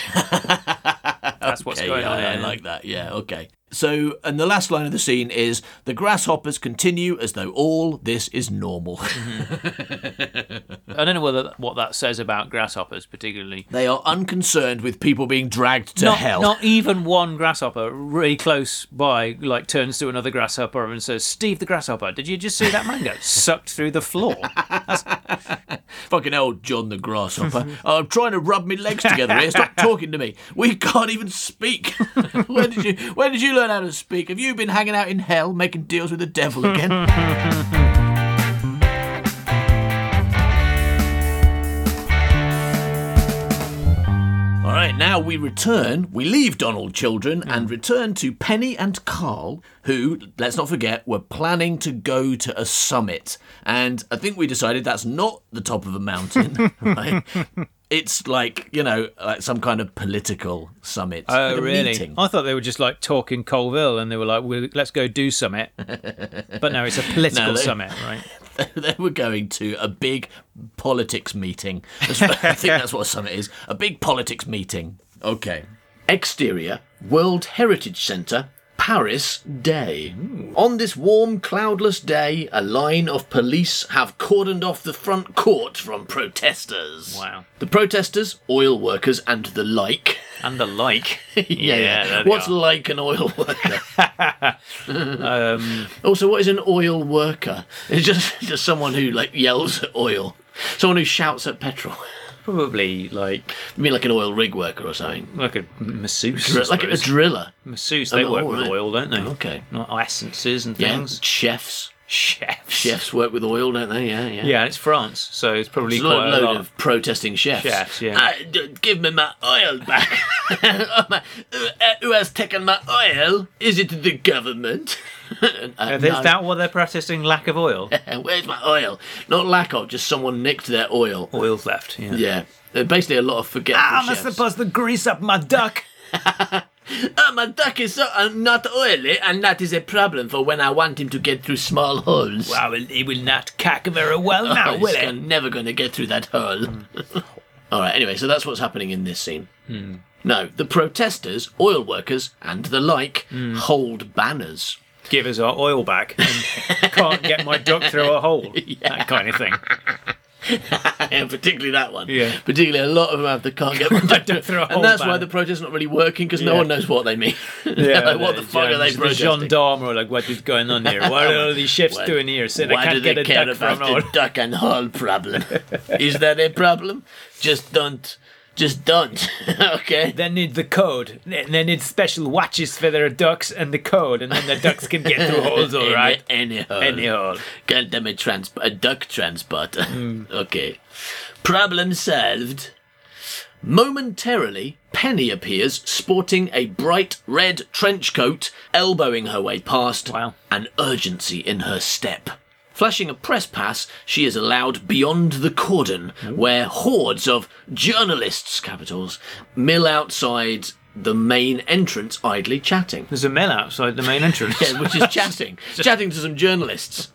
Speaker 4: That's what's
Speaker 3: Okay,
Speaker 4: going
Speaker 3: yeah,
Speaker 4: on.
Speaker 3: I, I
Speaker 4: there.
Speaker 3: like that. Yeah, okay. So, and the last line of the scene is the grasshoppers continue as though all this is normal.
Speaker 4: I don't know whether what that says about grasshoppers particularly.
Speaker 3: they are unconcerned with people being dragged to
Speaker 4: not,
Speaker 3: hell.
Speaker 4: not even one grasshopper really close by like turns to another grasshopper and says, Steve the grasshopper, did you just see that mango sucked through the floor?
Speaker 3: Fucking old John the Grasshopper. Oh, I'm trying to rub my legs together here. Stop talking to me. We can't even speak. where did you where did you learn how to speak? Have you been hanging out in hell making deals with the devil again? Alright, now we return, we leave Donald Children and return to Penny and Carl, who, let's not forget, were planning to go to a summit. And I think we decided that's not the top of a mountain, right? It's like, you know, like some kind of political summit. like a meeting.
Speaker 4: Oh, I thought they were just like talking Colville and they were like, well, let's go do summit. But no, it's a political
Speaker 3: No, they-
Speaker 4: summit, right?
Speaker 3: they were going to a big politics meeting. That's what- I think that's what a summit is. A big politics meeting. Okay. Exterior, World Heritage Centre, Paris, day. On this warm, cloudless day, a line of police have cordoned off the front court from protesters.
Speaker 4: Wow.
Speaker 3: The protesters, oil workers, and the like.
Speaker 4: And the like.
Speaker 3: yeah,
Speaker 7: Yeah, there they
Speaker 3: What's
Speaker 7: are.
Speaker 3: like an oil worker?
Speaker 4: Um,
Speaker 3: also, what is an oil worker? It's just just someone who like yells at oil, someone who shouts at petrol.
Speaker 7: Probably like
Speaker 3: You mean like an oil rig worker or something?
Speaker 7: like a masseuse. I
Speaker 3: Dr- like a
Speaker 7: suppose.
Speaker 3: driller.
Speaker 7: masseuse, they
Speaker 3: Oh,
Speaker 7: work
Speaker 3: all
Speaker 7: with
Speaker 3: right.
Speaker 7: oil, don't they?
Speaker 3: Okay.
Speaker 7: Not essences and
Speaker 3: Yeah.
Speaker 7: things.
Speaker 3: Chefs.
Speaker 7: Chefs.
Speaker 3: Chefs work with oil, don't they? Yeah, yeah.
Speaker 7: Yeah, and it's France, so it's probably
Speaker 3: There's a
Speaker 7: quite
Speaker 3: lot,
Speaker 7: a
Speaker 3: load
Speaker 7: lot.
Speaker 3: of protesting chefs.
Speaker 7: Chefs, yeah.
Speaker 3: "Uh, d- give me my oil back. Oh, my- who- uh, who has taken my oil? Is it the government? And, uh,
Speaker 4: Uh, Is
Speaker 3: no.
Speaker 4: that what they're protesting? Lack of oil.
Speaker 3: Where's my oil? Not lack of, just someone nicked their oil.
Speaker 7: Oil's left. Yeah.
Speaker 3: Yeah. They're basically a lot of forgetful
Speaker 7: Ah,
Speaker 3: chefs.
Speaker 4: to grease up my duck.
Speaker 3: Uh, my duck is so, uh, not oily, and that is a problem for when I want him to get through small holes.
Speaker 7: I will, it will not cack very well
Speaker 3: Oh, he's gonna- never going to get through that hole.
Speaker 7: Hmm.
Speaker 3: All right, anyway, so that's what's happening in this scene. No, the protesters, oil workers, and the like
Speaker 7: Hmm.
Speaker 3: hold banners.
Speaker 7: Give us our oil back. And can't get my duck through a hole. That kind of thing.
Speaker 3: and particularlarly that one.
Speaker 7: Yeah.
Speaker 3: Particularly a lot of them have the can't get my duck
Speaker 7: Through a
Speaker 3: through.
Speaker 7: hole
Speaker 3: And that's why
Speaker 7: banner.
Speaker 3: the protest's not really working because no
Speaker 7: Yeah.
Speaker 3: one knows what they mean. Yeah, like, what the fuck are they
Speaker 7: the
Speaker 3: protesting?
Speaker 7: gendarme are like, what is going on here? What are all these chefs
Speaker 3: Why-
Speaker 7: doing here? Saying I
Speaker 3: Why do
Speaker 7: can't
Speaker 3: they
Speaker 7: get a
Speaker 3: care
Speaker 7: duck
Speaker 3: about
Speaker 7: from
Speaker 3: the
Speaker 7: all.
Speaker 3: duck and hole problem? Is that a problem? Just don't. Just don't. okay.
Speaker 7: They need the code. They they need special watches for their ducks and the code, and then the ducks can get through holes, all right?
Speaker 3: Any, any hole.
Speaker 7: Any hole.
Speaker 3: God damn it, trans- a duck transporter. okay. Problem solved. Momentarily, Penny appears sporting a bright red trench coat, elbowing her way past,
Speaker 7: Wow.
Speaker 3: an urgency in her step. Flashing a press pass, she is allowed beyond the cordon, where hordes of journalists, capitals, mill outside the main entrance idly chatting.
Speaker 7: There's a mill outside the main entrance.
Speaker 3: Yeah, which is chatting, chatting to some journalists.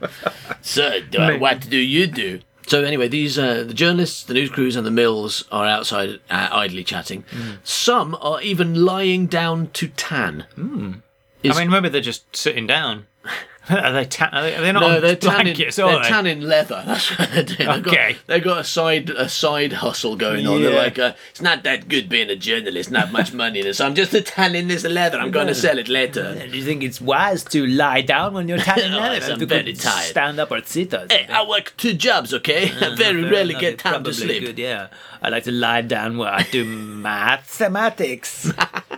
Speaker 3: so, do I- what do you do? So anyway, these uh, the journalists, the news crews, and the mills are outside uh, idly chatting.
Speaker 7: Hmm.
Speaker 3: Some are even lying down to tan.
Speaker 7: I mean, maybe they're just sitting down. are they? Ta- are, they are they not
Speaker 3: No,
Speaker 7: on
Speaker 3: they're tanning.
Speaker 7: blankets? are
Speaker 3: they're
Speaker 7: they?
Speaker 3: tanning leather. That's what they do. They've
Speaker 7: Okay.
Speaker 3: Got, they've got a side a side hustle going on. They're
Speaker 7: Yeah.
Speaker 3: like, uh, it's not that good being a journalist, not much money in it. So I'm just tanning this leather. I'm going to sell it later.
Speaker 7: Do you think it's wise to lie down when you're tanning
Speaker 3: Oh, leather? yes, I'm You could very tired.
Speaker 7: Stand up or sit or
Speaker 3: Hey, I work two jobs, okay?
Speaker 7: Uh-huh.
Speaker 3: I very rarely get time to sleep.
Speaker 7: yeah. I like to lie down where I do mathematics.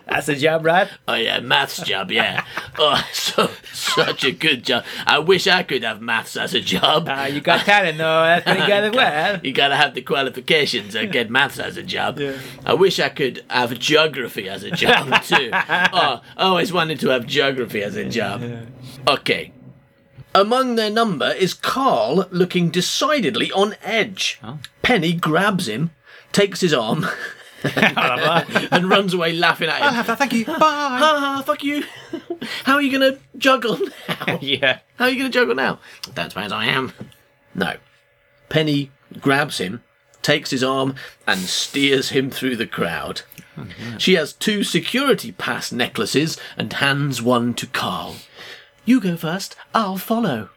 Speaker 7: That's a job, right?
Speaker 3: Oh yeah, maths job, yeah. oh, so such a good job. I wish I could have maths as a job.
Speaker 7: Uh, you got tanning though. That's pretty good as well.
Speaker 3: You gotta have the qualifications and get maths as a job. I wish I could have geography as a job too. oh, I always wanted to have geography as a job. Okay. Among their number is Carl looking decidedly on edge. Penny grabs him, takes his arm, and runs away laughing at him.
Speaker 4: Thank you. Bye.
Speaker 3: ha ha, fuck you. How are you gonna juggle now?
Speaker 7: Yeah.
Speaker 3: How are you gonna juggle now? That's as I am. No. Penny grabs him, takes his arm, and steers him through the crowd. She has two security pass necklaces and hands one to Carl. You go first, I'll follow.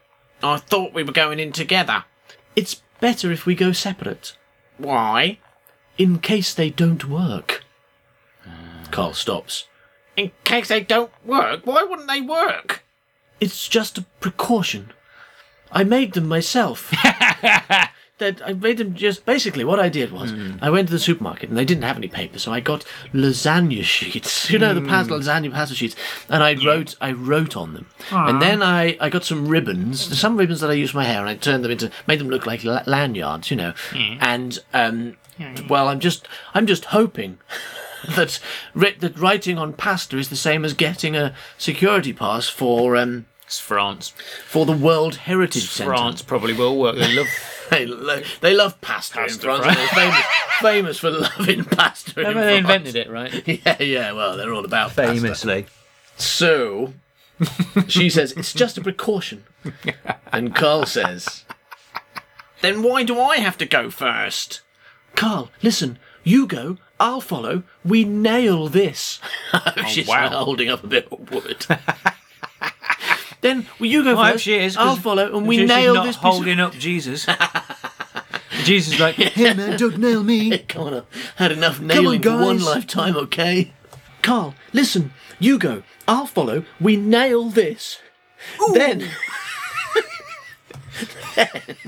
Speaker 3: I thought we were going in together. It's better if we go separate. Why? In case they don't work. Carl stops. In case they don't work? Why wouldn't they work? It's just a precaution. I made them myself. that I made them just basically what I did was I went to the supermarket and they didn't have any paper, so I got lasagna sheets. You know the pas- lasagna pasta sheets, and I wrote I wrote on them, and then I, I got some ribbons, some ribbons that I used for my hair, and I turned them into made them look like la- lanyards, you know, and um, well I'm just I'm just hoping that writ- that writing on pasta is the same as getting a security pass for um
Speaker 7: It's France.
Speaker 3: for the World Heritage
Speaker 7: France probably will work. They love
Speaker 3: Centre. They, lo- they love pasta, in
Speaker 7: Pasta,
Speaker 3: France.
Speaker 7: right?
Speaker 3: They're famous, famous for loving pasta. in
Speaker 7: Remember they
Speaker 3: France.
Speaker 7: invented it, right?
Speaker 3: Yeah, yeah. Well, they're all about pasta.
Speaker 4: Famously.
Speaker 3: So she says it's just a precaution, and Carl says, "Then why do I have to go first? Carl, listen. You go. I'll follow. We nail this." She's
Speaker 7: wow.
Speaker 3: holding up a bit of wood. Then well, you go
Speaker 4: I hope
Speaker 3: first.
Speaker 4: she is, 'cause
Speaker 3: I'll follow, and we
Speaker 4: She's
Speaker 3: nail
Speaker 4: not
Speaker 3: this. piece of-
Speaker 4: holding up Jesus. Jesus is like, hey man, don't nail me.
Speaker 3: Come on, I've had enough nailing for one
Speaker 4: guys.
Speaker 3: lifetime, okay? Carl, listen, you go. I'll follow. We nail this. Then.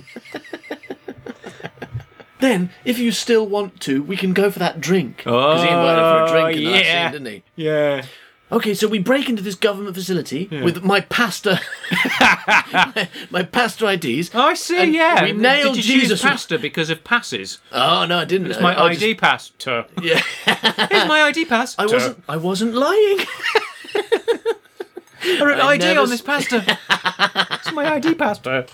Speaker 3: then, if you Oh, still want to, we can go for that drink. Because he invited her for a drink in the last
Speaker 7: yeah.
Speaker 3: scene, didn't he?
Speaker 7: Yeah.
Speaker 3: Okay, so we break into this government facility with my pasta, my pasta IDs.
Speaker 4: Oh, I see.
Speaker 3: And
Speaker 4: yeah,
Speaker 3: we nailed
Speaker 7: Did you
Speaker 3: Jesus.
Speaker 7: choose pasta because of passes?
Speaker 3: Oh no, I didn't.
Speaker 7: My
Speaker 3: I, I
Speaker 7: ID pass. Tuh.
Speaker 3: just- yeah,
Speaker 4: Here's my ID pass.
Speaker 3: I wasn't. I wasn't lying.
Speaker 4: I wrote
Speaker 3: I
Speaker 4: ID
Speaker 3: never
Speaker 4: on this pasta. it's my ID pasta.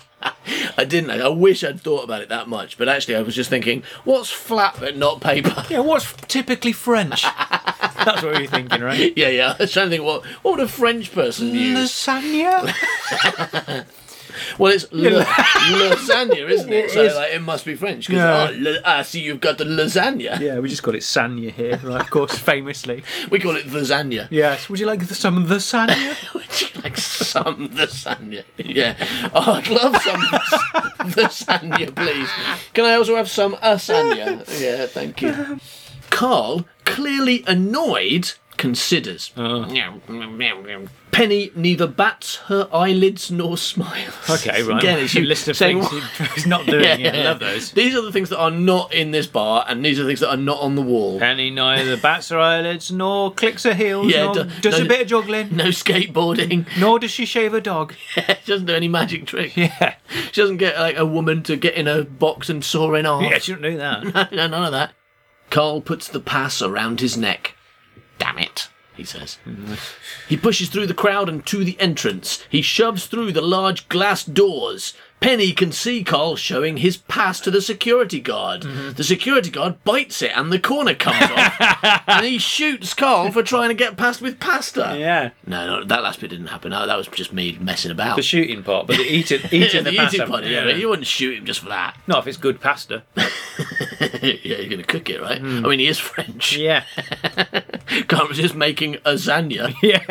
Speaker 3: I didn't. I, I wish I'd thought about it that much, but actually, I was just thinking, what's flat but not paper?
Speaker 4: Yeah, what's typically French? That's what you're thinking, right?
Speaker 3: yeah, yeah. I was trying to think what what would a French person use.
Speaker 4: Lasagna.
Speaker 3: Well, it's la- lasagna, isn't it? So
Speaker 4: is.
Speaker 3: like, it must be French. 'cause,
Speaker 4: Yeah.
Speaker 3: oh, la- ah, see, you've got the lasagna.
Speaker 4: yeah, we just call it Sanya here, right? Of course, famously.
Speaker 3: We call it lasagna.
Speaker 4: Yes. Would you like some lasagna?
Speaker 3: Would you like some lasagna? Yeah. Oh, I'd love some lasagna, please. Can I also have some lasagna? Yeah, thank you. Carl, clearly annoyed, considers. Penny neither bats her eyelids nor smiles.
Speaker 7: Okay, right.
Speaker 3: Again, it's you
Speaker 7: list of
Speaker 3: saying
Speaker 7: things
Speaker 3: what-
Speaker 7: he's not doing. Yeah, I love those.
Speaker 3: These are the things that are not in this bar, and these are the things that are not on the wall.
Speaker 7: Penny neither
Speaker 4: Bats her eyelids, nor clicks her heels,
Speaker 3: Yeah,
Speaker 4: nor
Speaker 3: do-
Speaker 4: does
Speaker 3: no-
Speaker 4: a bit of juggling,
Speaker 3: No skateboarding.
Speaker 4: nor does she shave her dog.
Speaker 3: she doesn't do any magic tricks. Yeah. She doesn't get like a woman to get in a box and saw in off.
Speaker 4: Yeah, she don't do that.
Speaker 3: no, none of that. Carl puts the pass around his neck. Damn it, he says.
Speaker 4: Mm.
Speaker 3: he pushes through the crowd and to the entrance. He shoves through the large glass doors. Penny can see Carl showing his pass to the security guard.
Speaker 4: Mm-hmm.
Speaker 3: The security guard bites it and the corner comes off. and he shoots Carl for trying to get past with pasta.
Speaker 4: yeah.
Speaker 3: No, no, that last bit didn't happen. That that was just me messing about.
Speaker 7: the shooting part, but the eating,
Speaker 3: Yeah,
Speaker 7: eating the,
Speaker 3: the
Speaker 7: pasta.
Speaker 3: eating part, yeah, but you wouldn't shoot him just for that.
Speaker 7: Not if it's good pasta.
Speaker 3: yeah, you're gonna cook it, right? I mean, he is French.
Speaker 4: Yeah.
Speaker 3: Can't resist making lasagna.
Speaker 4: Yeah.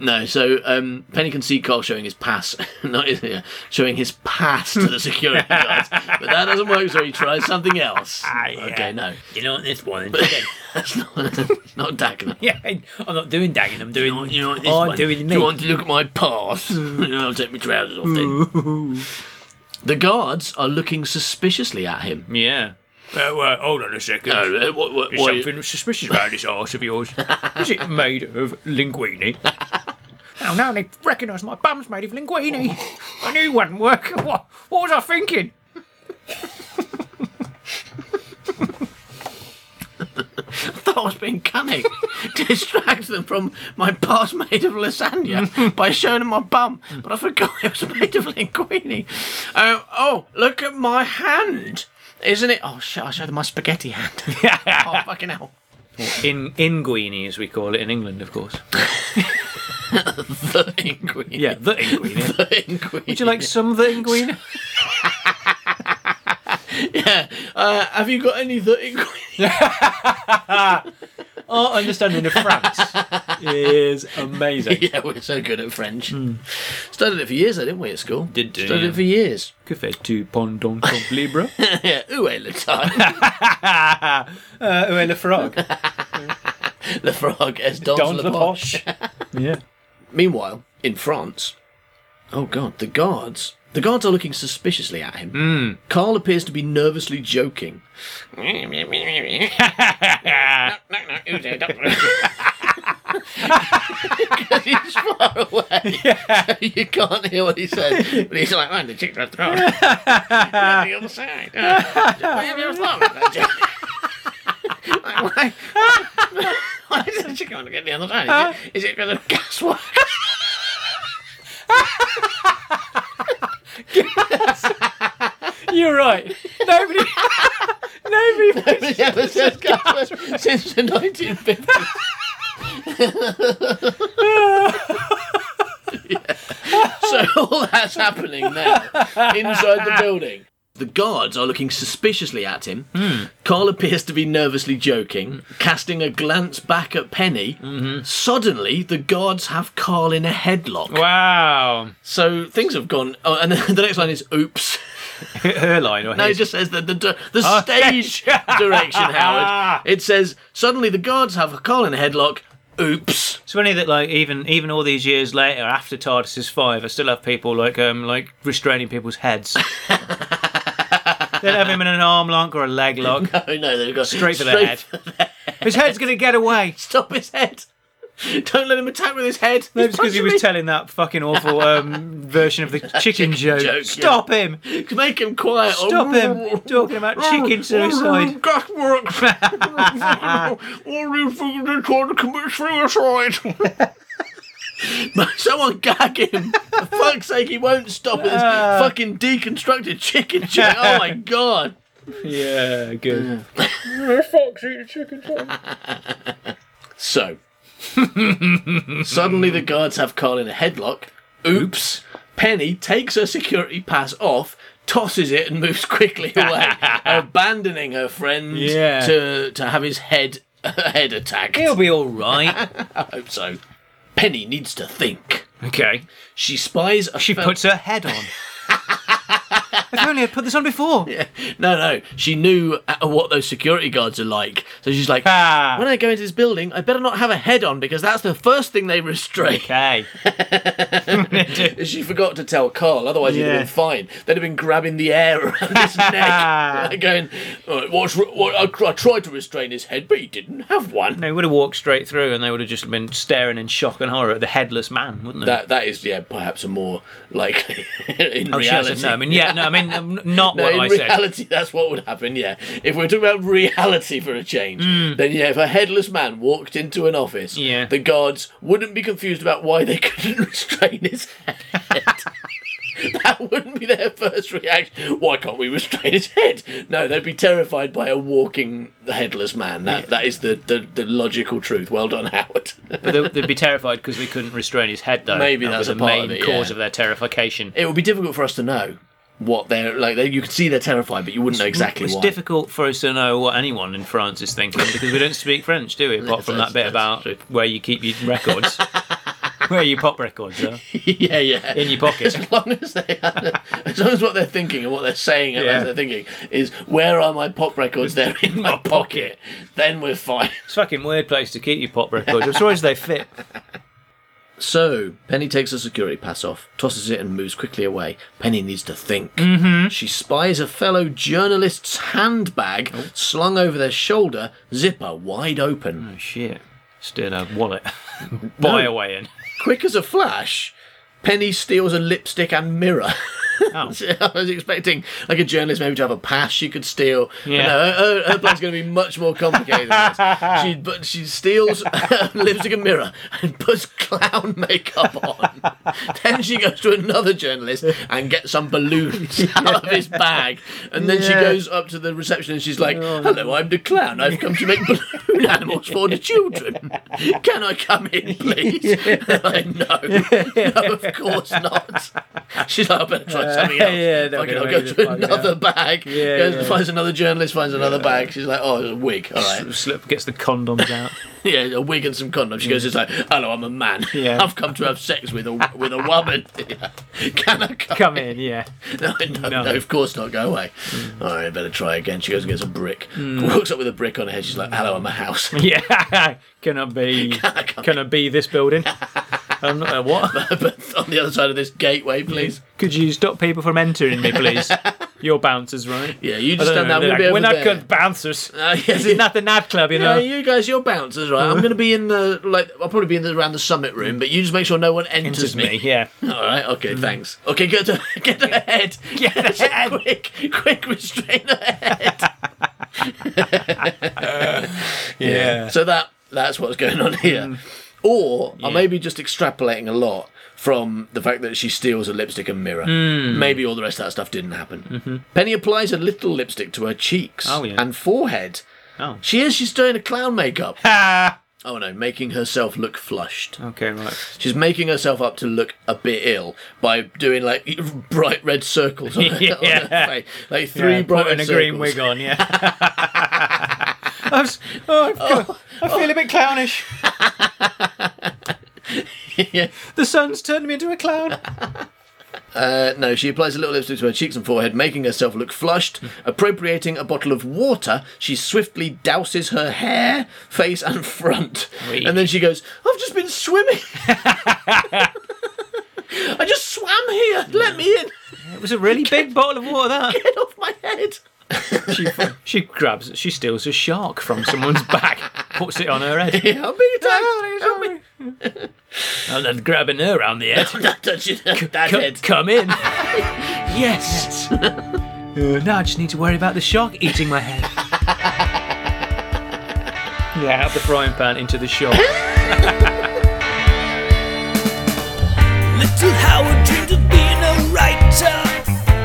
Speaker 3: no, so um, Penny can see Carl showing his pass, not his, yeah, showing his pass to the security guards, but that doesn't work. So he tries something else. Okay, no,
Speaker 7: You know what this one?
Speaker 3: that's not that's not Oh, Dagenham.
Speaker 7: yeah, I'm not doing dagging. I'm doing.
Speaker 3: You know what this
Speaker 7: I'm
Speaker 3: one-
Speaker 7: doing
Speaker 3: Do you
Speaker 7: me.
Speaker 3: want to look at my pass? I'll take my trousers off then. the guards are looking suspiciously at him.
Speaker 7: Yeah. Uh, well, hold on a second.
Speaker 3: Oh, uh, what, what,
Speaker 7: There's
Speaker 3: why-
Speaker 7: something suspicious about this arse of yours. Is it made of linguine?
Speaker 4: Oh, now they recognise my bum's made of linguine. I knew it wouldn't work. What, what was I thinking?
Speaker 3: thought I was being cunning. Distract them from my past made of lasagna by showing them my bum, but I forgot it was made of linguine. Oh, oh, look at my hand. Isn't it? Oh, shit, I showed them my spaghetti hand. oh, fucking hell.
Speaker 7: In inguine, as we call it in England, of course.
Speaker 3: The linguine.
Speaker 7: Yeah, the inguine.
Speaker 3: The linguine.
Speaker 4: Do you like some linguine?
Speaker 3: Yeah. Uh, have you got any the linguine?
Speaker 4: Our understanding of France is amazing.
Speaker 3: yeah, we're so good at French. Studied it for years, though, didn't we, at school?
Speaker 7: Hmm. Did do,
Speaker 3: Studied
Speaker 7: yeah.
Speaker 3: it for years.
Speaker 7: Que fais-tu pendant ton libre?
Speaker 3: yeah, oué le time.
Speaker 4: Uh, well, the frog.
Speaker 3: Le frog es dans,
Speaker 4: Don't
Speaker 3: le
Speaker 4: the
Speaker 3: poche.
Speaker 4: posh. yeah.
Speaker 3: Meanwhile, in France, oh god, the guards. The guards are looking suspiciously at him. Carl appears to be nervously joking. Because he's far away. So you can't hear what he says. But he's like, oh, the chick that's wrong. the other side. Oh. Like, why, why is the chick going to get the other side? Is it, is it because of gas work?
Speaker 4: You're right. Nobody. Nobody.
Speaker 3: ever since Gasworks since the 1950s. Yeah. So all that's happening now inside the building. Hmm. The guards are looking suspiciously at him. Carl appears to be nervously joking, casting a glance back at Penny. Suddenly, the guards have Carl in a headlock.
Speaker 7: Wow.
Speaker 3: So things have gone. Oh, and the next line is "Oops."
Speaker 7: Her line or
Speaker 3: No, it
Speaker 7: his?
Speaker 3: just says the the, the
Speaker 4: Oh,
Speaker 3: stage direction, Howard. It says suddenly the guards have a call in a headlock. Oops.
Speaker 7: It's funny that like even even all these years later, after TARDIS is five, I still have people like um like restraining people's heads. They'll have him in an arm lock or a leg lock.
Speaker 3: Oh no, they've got
Speaker 7: Straight for the head.
Speaker 4: His head's going to get away.
Speaker 3: Stop his head. Don't let him attack with his head.
Speaker 4: No, it's because he was telling that fucking awful um, version of the chicken, joke.
Speaker 3: joke, yeah.
Speaker 4: Stop him!
Speaker 3: Make him quiet.
Speaker 4: Stop him! Talking about chicken suicide.
Speaker 3: Gasworks. All these fucking are trying to commit suicide. Someone gag him. For fuck's sake, he won't stop at this
Speaker 4: Uh.
Speaker 3: fucking deconstructed chicken joke. Oh my god.
Speaker 4: Yeah, good.
Speaker 3: So, suddenly the guards have Carl in a headlock. Oops. Penny takes her security pass off, tosses it, and moves quickly away, abandoning her friend
Speaker 4: Yeah.
Speaker 3: to, to have his head head attacked.
Speaker 4: He'll be all right.
Speaker 3: I hope so. Penny needs to think.
Speaker 7: Okay.
Speaker 3: She spies. A
Speaker 4: She
Speaker 3: fir-
Speaker 4: puts her head on. if only I'd put this on before.
Speaker 3: No, no. She knew uh, what those security guards are like. So she's like,
Speaker 4: Ah.
Speaker 3: when I go into this building, I better not have a head on because that's the first thing they restrain.
Speaker 4: Okay.
Speaker 3: She forgot to tell Carl, otherwise he'd
Speaker 4: Yeah.
Speaker 3: have been fine. They'd have been grabbing the air around his neck, going, "All right, what's, re- what, I, I tried to restrain his head, but he didn't have one.
Speaker 7: They would have walked straight through and they would have just been staring in shock and horror at the headless man, wouldn't they?
Speaker 3: That That is, yeah, perhaps a more likely in
Speaker 7: Oh, sure, I said
Speaker 3: reality.
Speaker 7: no, I mean, yeah, no, I mean, um, not
Speaker 3: No,
Speaker 7: what
Speaker 3: in
Speaker 7: I said.
Speaker 3: reality, that's what would happen, yeah. If we're talking about reality for a change, then yeah, if a headless man walked into an office,
Speaker 7: Yeah.
Speaker 3: the guards wouldn't be confused about why they couldn't restrain his head. that wouldn't be their first reaction. Why can't we restrain his head? No, they'd be terrified by a walking headless man. That that is the, the, the logical truth. Well done, Howard.
Speaker 7: But they- they'd be terrified because they couldn't restrain his head, though.
Speaker 3: Maybe
Speaker 7: that
Speaker 3: that's
Speaker 7: was
Speaker 3: a
Speaker 7: the
Speaker 3: part
Speaker 7: main
Speaker 3: of it,
Speaker 7: cause
Speaker 3: yeah.
Speaker 7: of their terrification.
Speaker 3: it would be difficult for us to know what they're like. They, you could see they're terrified, but you wouldn't know exactly
Speaker 7: It's
Speaker 3: why.
Speaker 7: difficult for us to know what anyone in France is thinking because we don't speak French, do we? Apart from that
Speaker 3: That's- that's
Speaker 7: bit about
Speaker 3: true.
Speaker 7: where you keep your records, where your pop records are
Speaker 3: yeah, yeah.
Speaker 7: in your pocket.
Speaker 3: as long as they as long as what they're thinking and what they're saying and
Speaker 7: Yeah.
Speaker 3: what they're thinking is where are my pop records they're in my pocket then we're fine
Speaker 7: It's a fucking weird place to keep your pop records. I'm surprised they fit.
Speaker 3: so penny takes a security pass off tosses it and moves quickly away penny needs to think
Speaker 7: Mm-hmm.
Speaker 3: she spies a fellow journalist's handbag
Speaker 7: Oh.
Speaker 3: slung over their shoulder zipper wide open
Speaker 7: Shit. Still a wallet. Buy
Speaker 3: No.
Speaker 7: away in.
Speaker 3: quick as a flash, Penny steals a lipstick and mirror. I was expecting, like a journalist, maybe to have a pass she could steal. But
Speaker 7: Yeah.
Speaker 3: No, her, her, her plan's going to be much more complicated. Than this. She, but she steals lipstick and mirror and puts clown makeup on. then she goes to another journalist and gets some balloons out of his bag. And then she goes up to the reception and she's like, "Hello, I'm the clown. I've come to make balloon animals for the children. Can I come in, please?" They're like, no, no, of course not. She's like, "I better try something else."
Speaker 4: yeah, they're
Speaker 3: Fucking,
Speaker 4: gonna
Speaker 3: I'll go
Speaker 4: make the
Speaker 3: to
Speaker 4: plug
Speaker 3: another bag.
Speaker 4: Yeah,
Speaker 3: goes
Speaker 4: yeah.
Speaker 3: finds another journalist, finds another bag. She's like, "Oh, it's a wig. All right."
Speaker 7: Slip gets the condoms out.
Speaker 3: Yeah, a wig and some condoms. She goes, it's like, hello, I'm a man.
Speaker 4: Yeah.
Speaker 3: I've come to have sex with a with a woman. Can I come?
Speaker 4: Come in, yeah.
Speaker 3: No, no, no, of course not. Go away. All right, better try again. She goes and gets a brick. Walks up with a brick on her head. She's like, hello, I'm a house.
Speaker 4: Yeah.
Speaker 7: Can I be?
Speaker 3: I can't-
Speaker 7: Can I be this building? I'm not, uh, what?
Speaker 3: but on the other side of this gateway, please.
Speaker 7: Could you stop people from entering me, please? Your bouncers, right?
Speaker 3: Yeah, you
Speaker 7: I
Speaker 3: just
Speaker 7: don't
Speaker 3: stand
Speaker 7: know,
Speaker 3: there. I'm
Speaker 7: they're
Speaker 3: going to
Speaker 7: like,
Speaker 3: be over there.
Speaker 7: we're not good bouncers.
Speaker 3: Uh, yes,
Speaker 7: This is not the nightclub, you
Speaker 3: yeah,
Speaker 7: know.
Speaker 3: you guys, you're bouncers, right? I'm going to be in the like. I'll probably be in the, around the summit room, but you just make sure no one enters,
Speaker 7: Enters me, yeah. Mm.
Speaker 3: All right. Okay. Thanks. Okay. Get to get to the head. Get the head. Quick, quick, restrain the head.
Speaker 7: Yeah.
Speaker 3: So that that's what's going on here.
Speaker 7: Mm.
Speaker 3: Or I may be just extrapolating a lot from the fact that she steals a lipstick and mirror.
Speaker 7: Mm.
Speaker 3: Maybe all the rest of that stuff didn't happen. Penny applies a little lipstick to her cheeks
Speaker 7: Mm-hmm. Oh, yeah.
Speaker 3: and forehead.
Speaker 7: Oh.
Speaker 3: She is. She's doing a clown makeup.
Speaker 7: Ah.
Speaker 3: Oh no, making herself look flushed.
Speaker 7: Okay, right.
Speaker 3: She's making herself up to look a bit ill by doing like bright red circles on her, on her
Speaker 7: Yeah.
Speaker 3: face, like three
Speaker 7: yeah,
Speaker 3: bright
Speaker 7: putting Uh, a
Speaker 3: red
Speaker 7: green
Speaker 3: circles.
Speaker 7: wig on, yeah.
Speaker 4: I'm, s- oh, I've got- I feel a bit clownish.
Speaker 3: oh. Yeah.
Speaker 4: The sun's turned me into a clown.
Speaker 3: Uh, no, she applies a little lipstick to her cheeks and forehead, making herself look flushed. Appropriating a bottle of water, she swiftly douses her hair, face, and front. And then she goes, I've just been swimming. I just swam here. Let me in.
Speaker 4: It was a really big bottle of water. That
Speaker 3: Get off my head.
Speaker 7: She grabs, she steals a shark from someone's back. puts it on her head.
Speaker 3: How many times? How many?
Speaker 7: And then grabbing her around the head.
Speaker 3: I'm not touching that
Speaker 7: Co-
Speaker 3: head.
Speaker 7: Come in.
Speaker 3: Yes.
Speaker 4: Uh, now I just need to worry about the shark eating my head.
Speaker 7: Yeah, out of the frying pan into the shop.
Speaker 2: Little Howard dreamed of being a writer,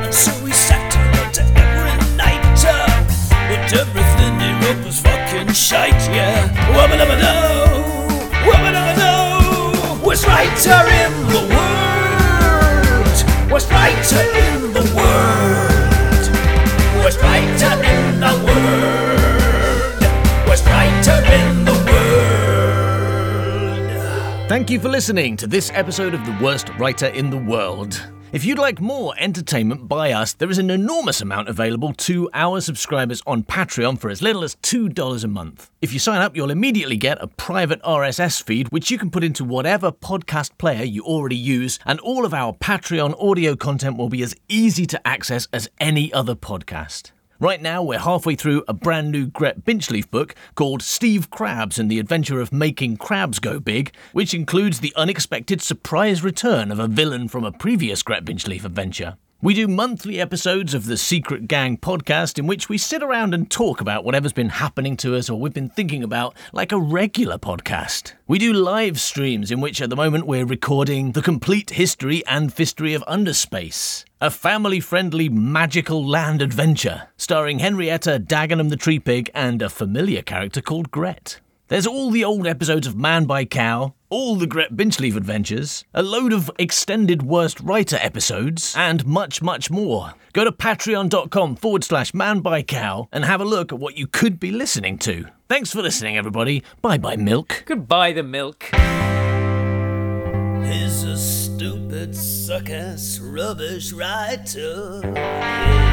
Speaker 2: and so he sat and wrote an every-nighter. But everything he wrote was fucking shite, yeah. Woman of a no, woman of a no, worst writer in the world, worst writer in the world, worst writer in the world, worst writer in the world.
Speaker 8: Thank you for listening to this episode of The Worst Writer in the World. If you'd like more entertainment by us, there is an enormous amount available to our subscribers on Patreon for as little as $2 a month. If you sign up, you'll immediately get a private RSS feed, which you can put into whatever podcast player you already use, and all of our Patreon audio content will be as easy to access as any other podcast. Right now, we're halfway through a brand new Gret Binchleaf book called Steve Crabs and the Adventure of Making Crabs Go Big, which includes the unexpected surprise return of a villain from a previous Gret Binchleaf adventure. We do monthly episodes of the Secret Gang podcast in which we sit around and talk about whatever's been happening to us or we've been thinking about like a regular podcast. We do live streams in which at the moment we're recording the complete history and fistory of Underspace, a family friendly magical land adventure starring Henrietta, Dagenham the Tree Pig, and a familiar character called Gret. There's all the old episodes of Man by Cow, all the Gret Binchleaf adventures, a load of extended Worst Writer episodes, and much, much more. Go to patreon.com forward slash man by cow and have a look at what you could be listening to. Thanks for listening, everybody. Bye bye, milk.
Speaker 4: Goodbye, the milk.
Speaker 2: is a stupid, suck ass, rubbish writer. Yeah.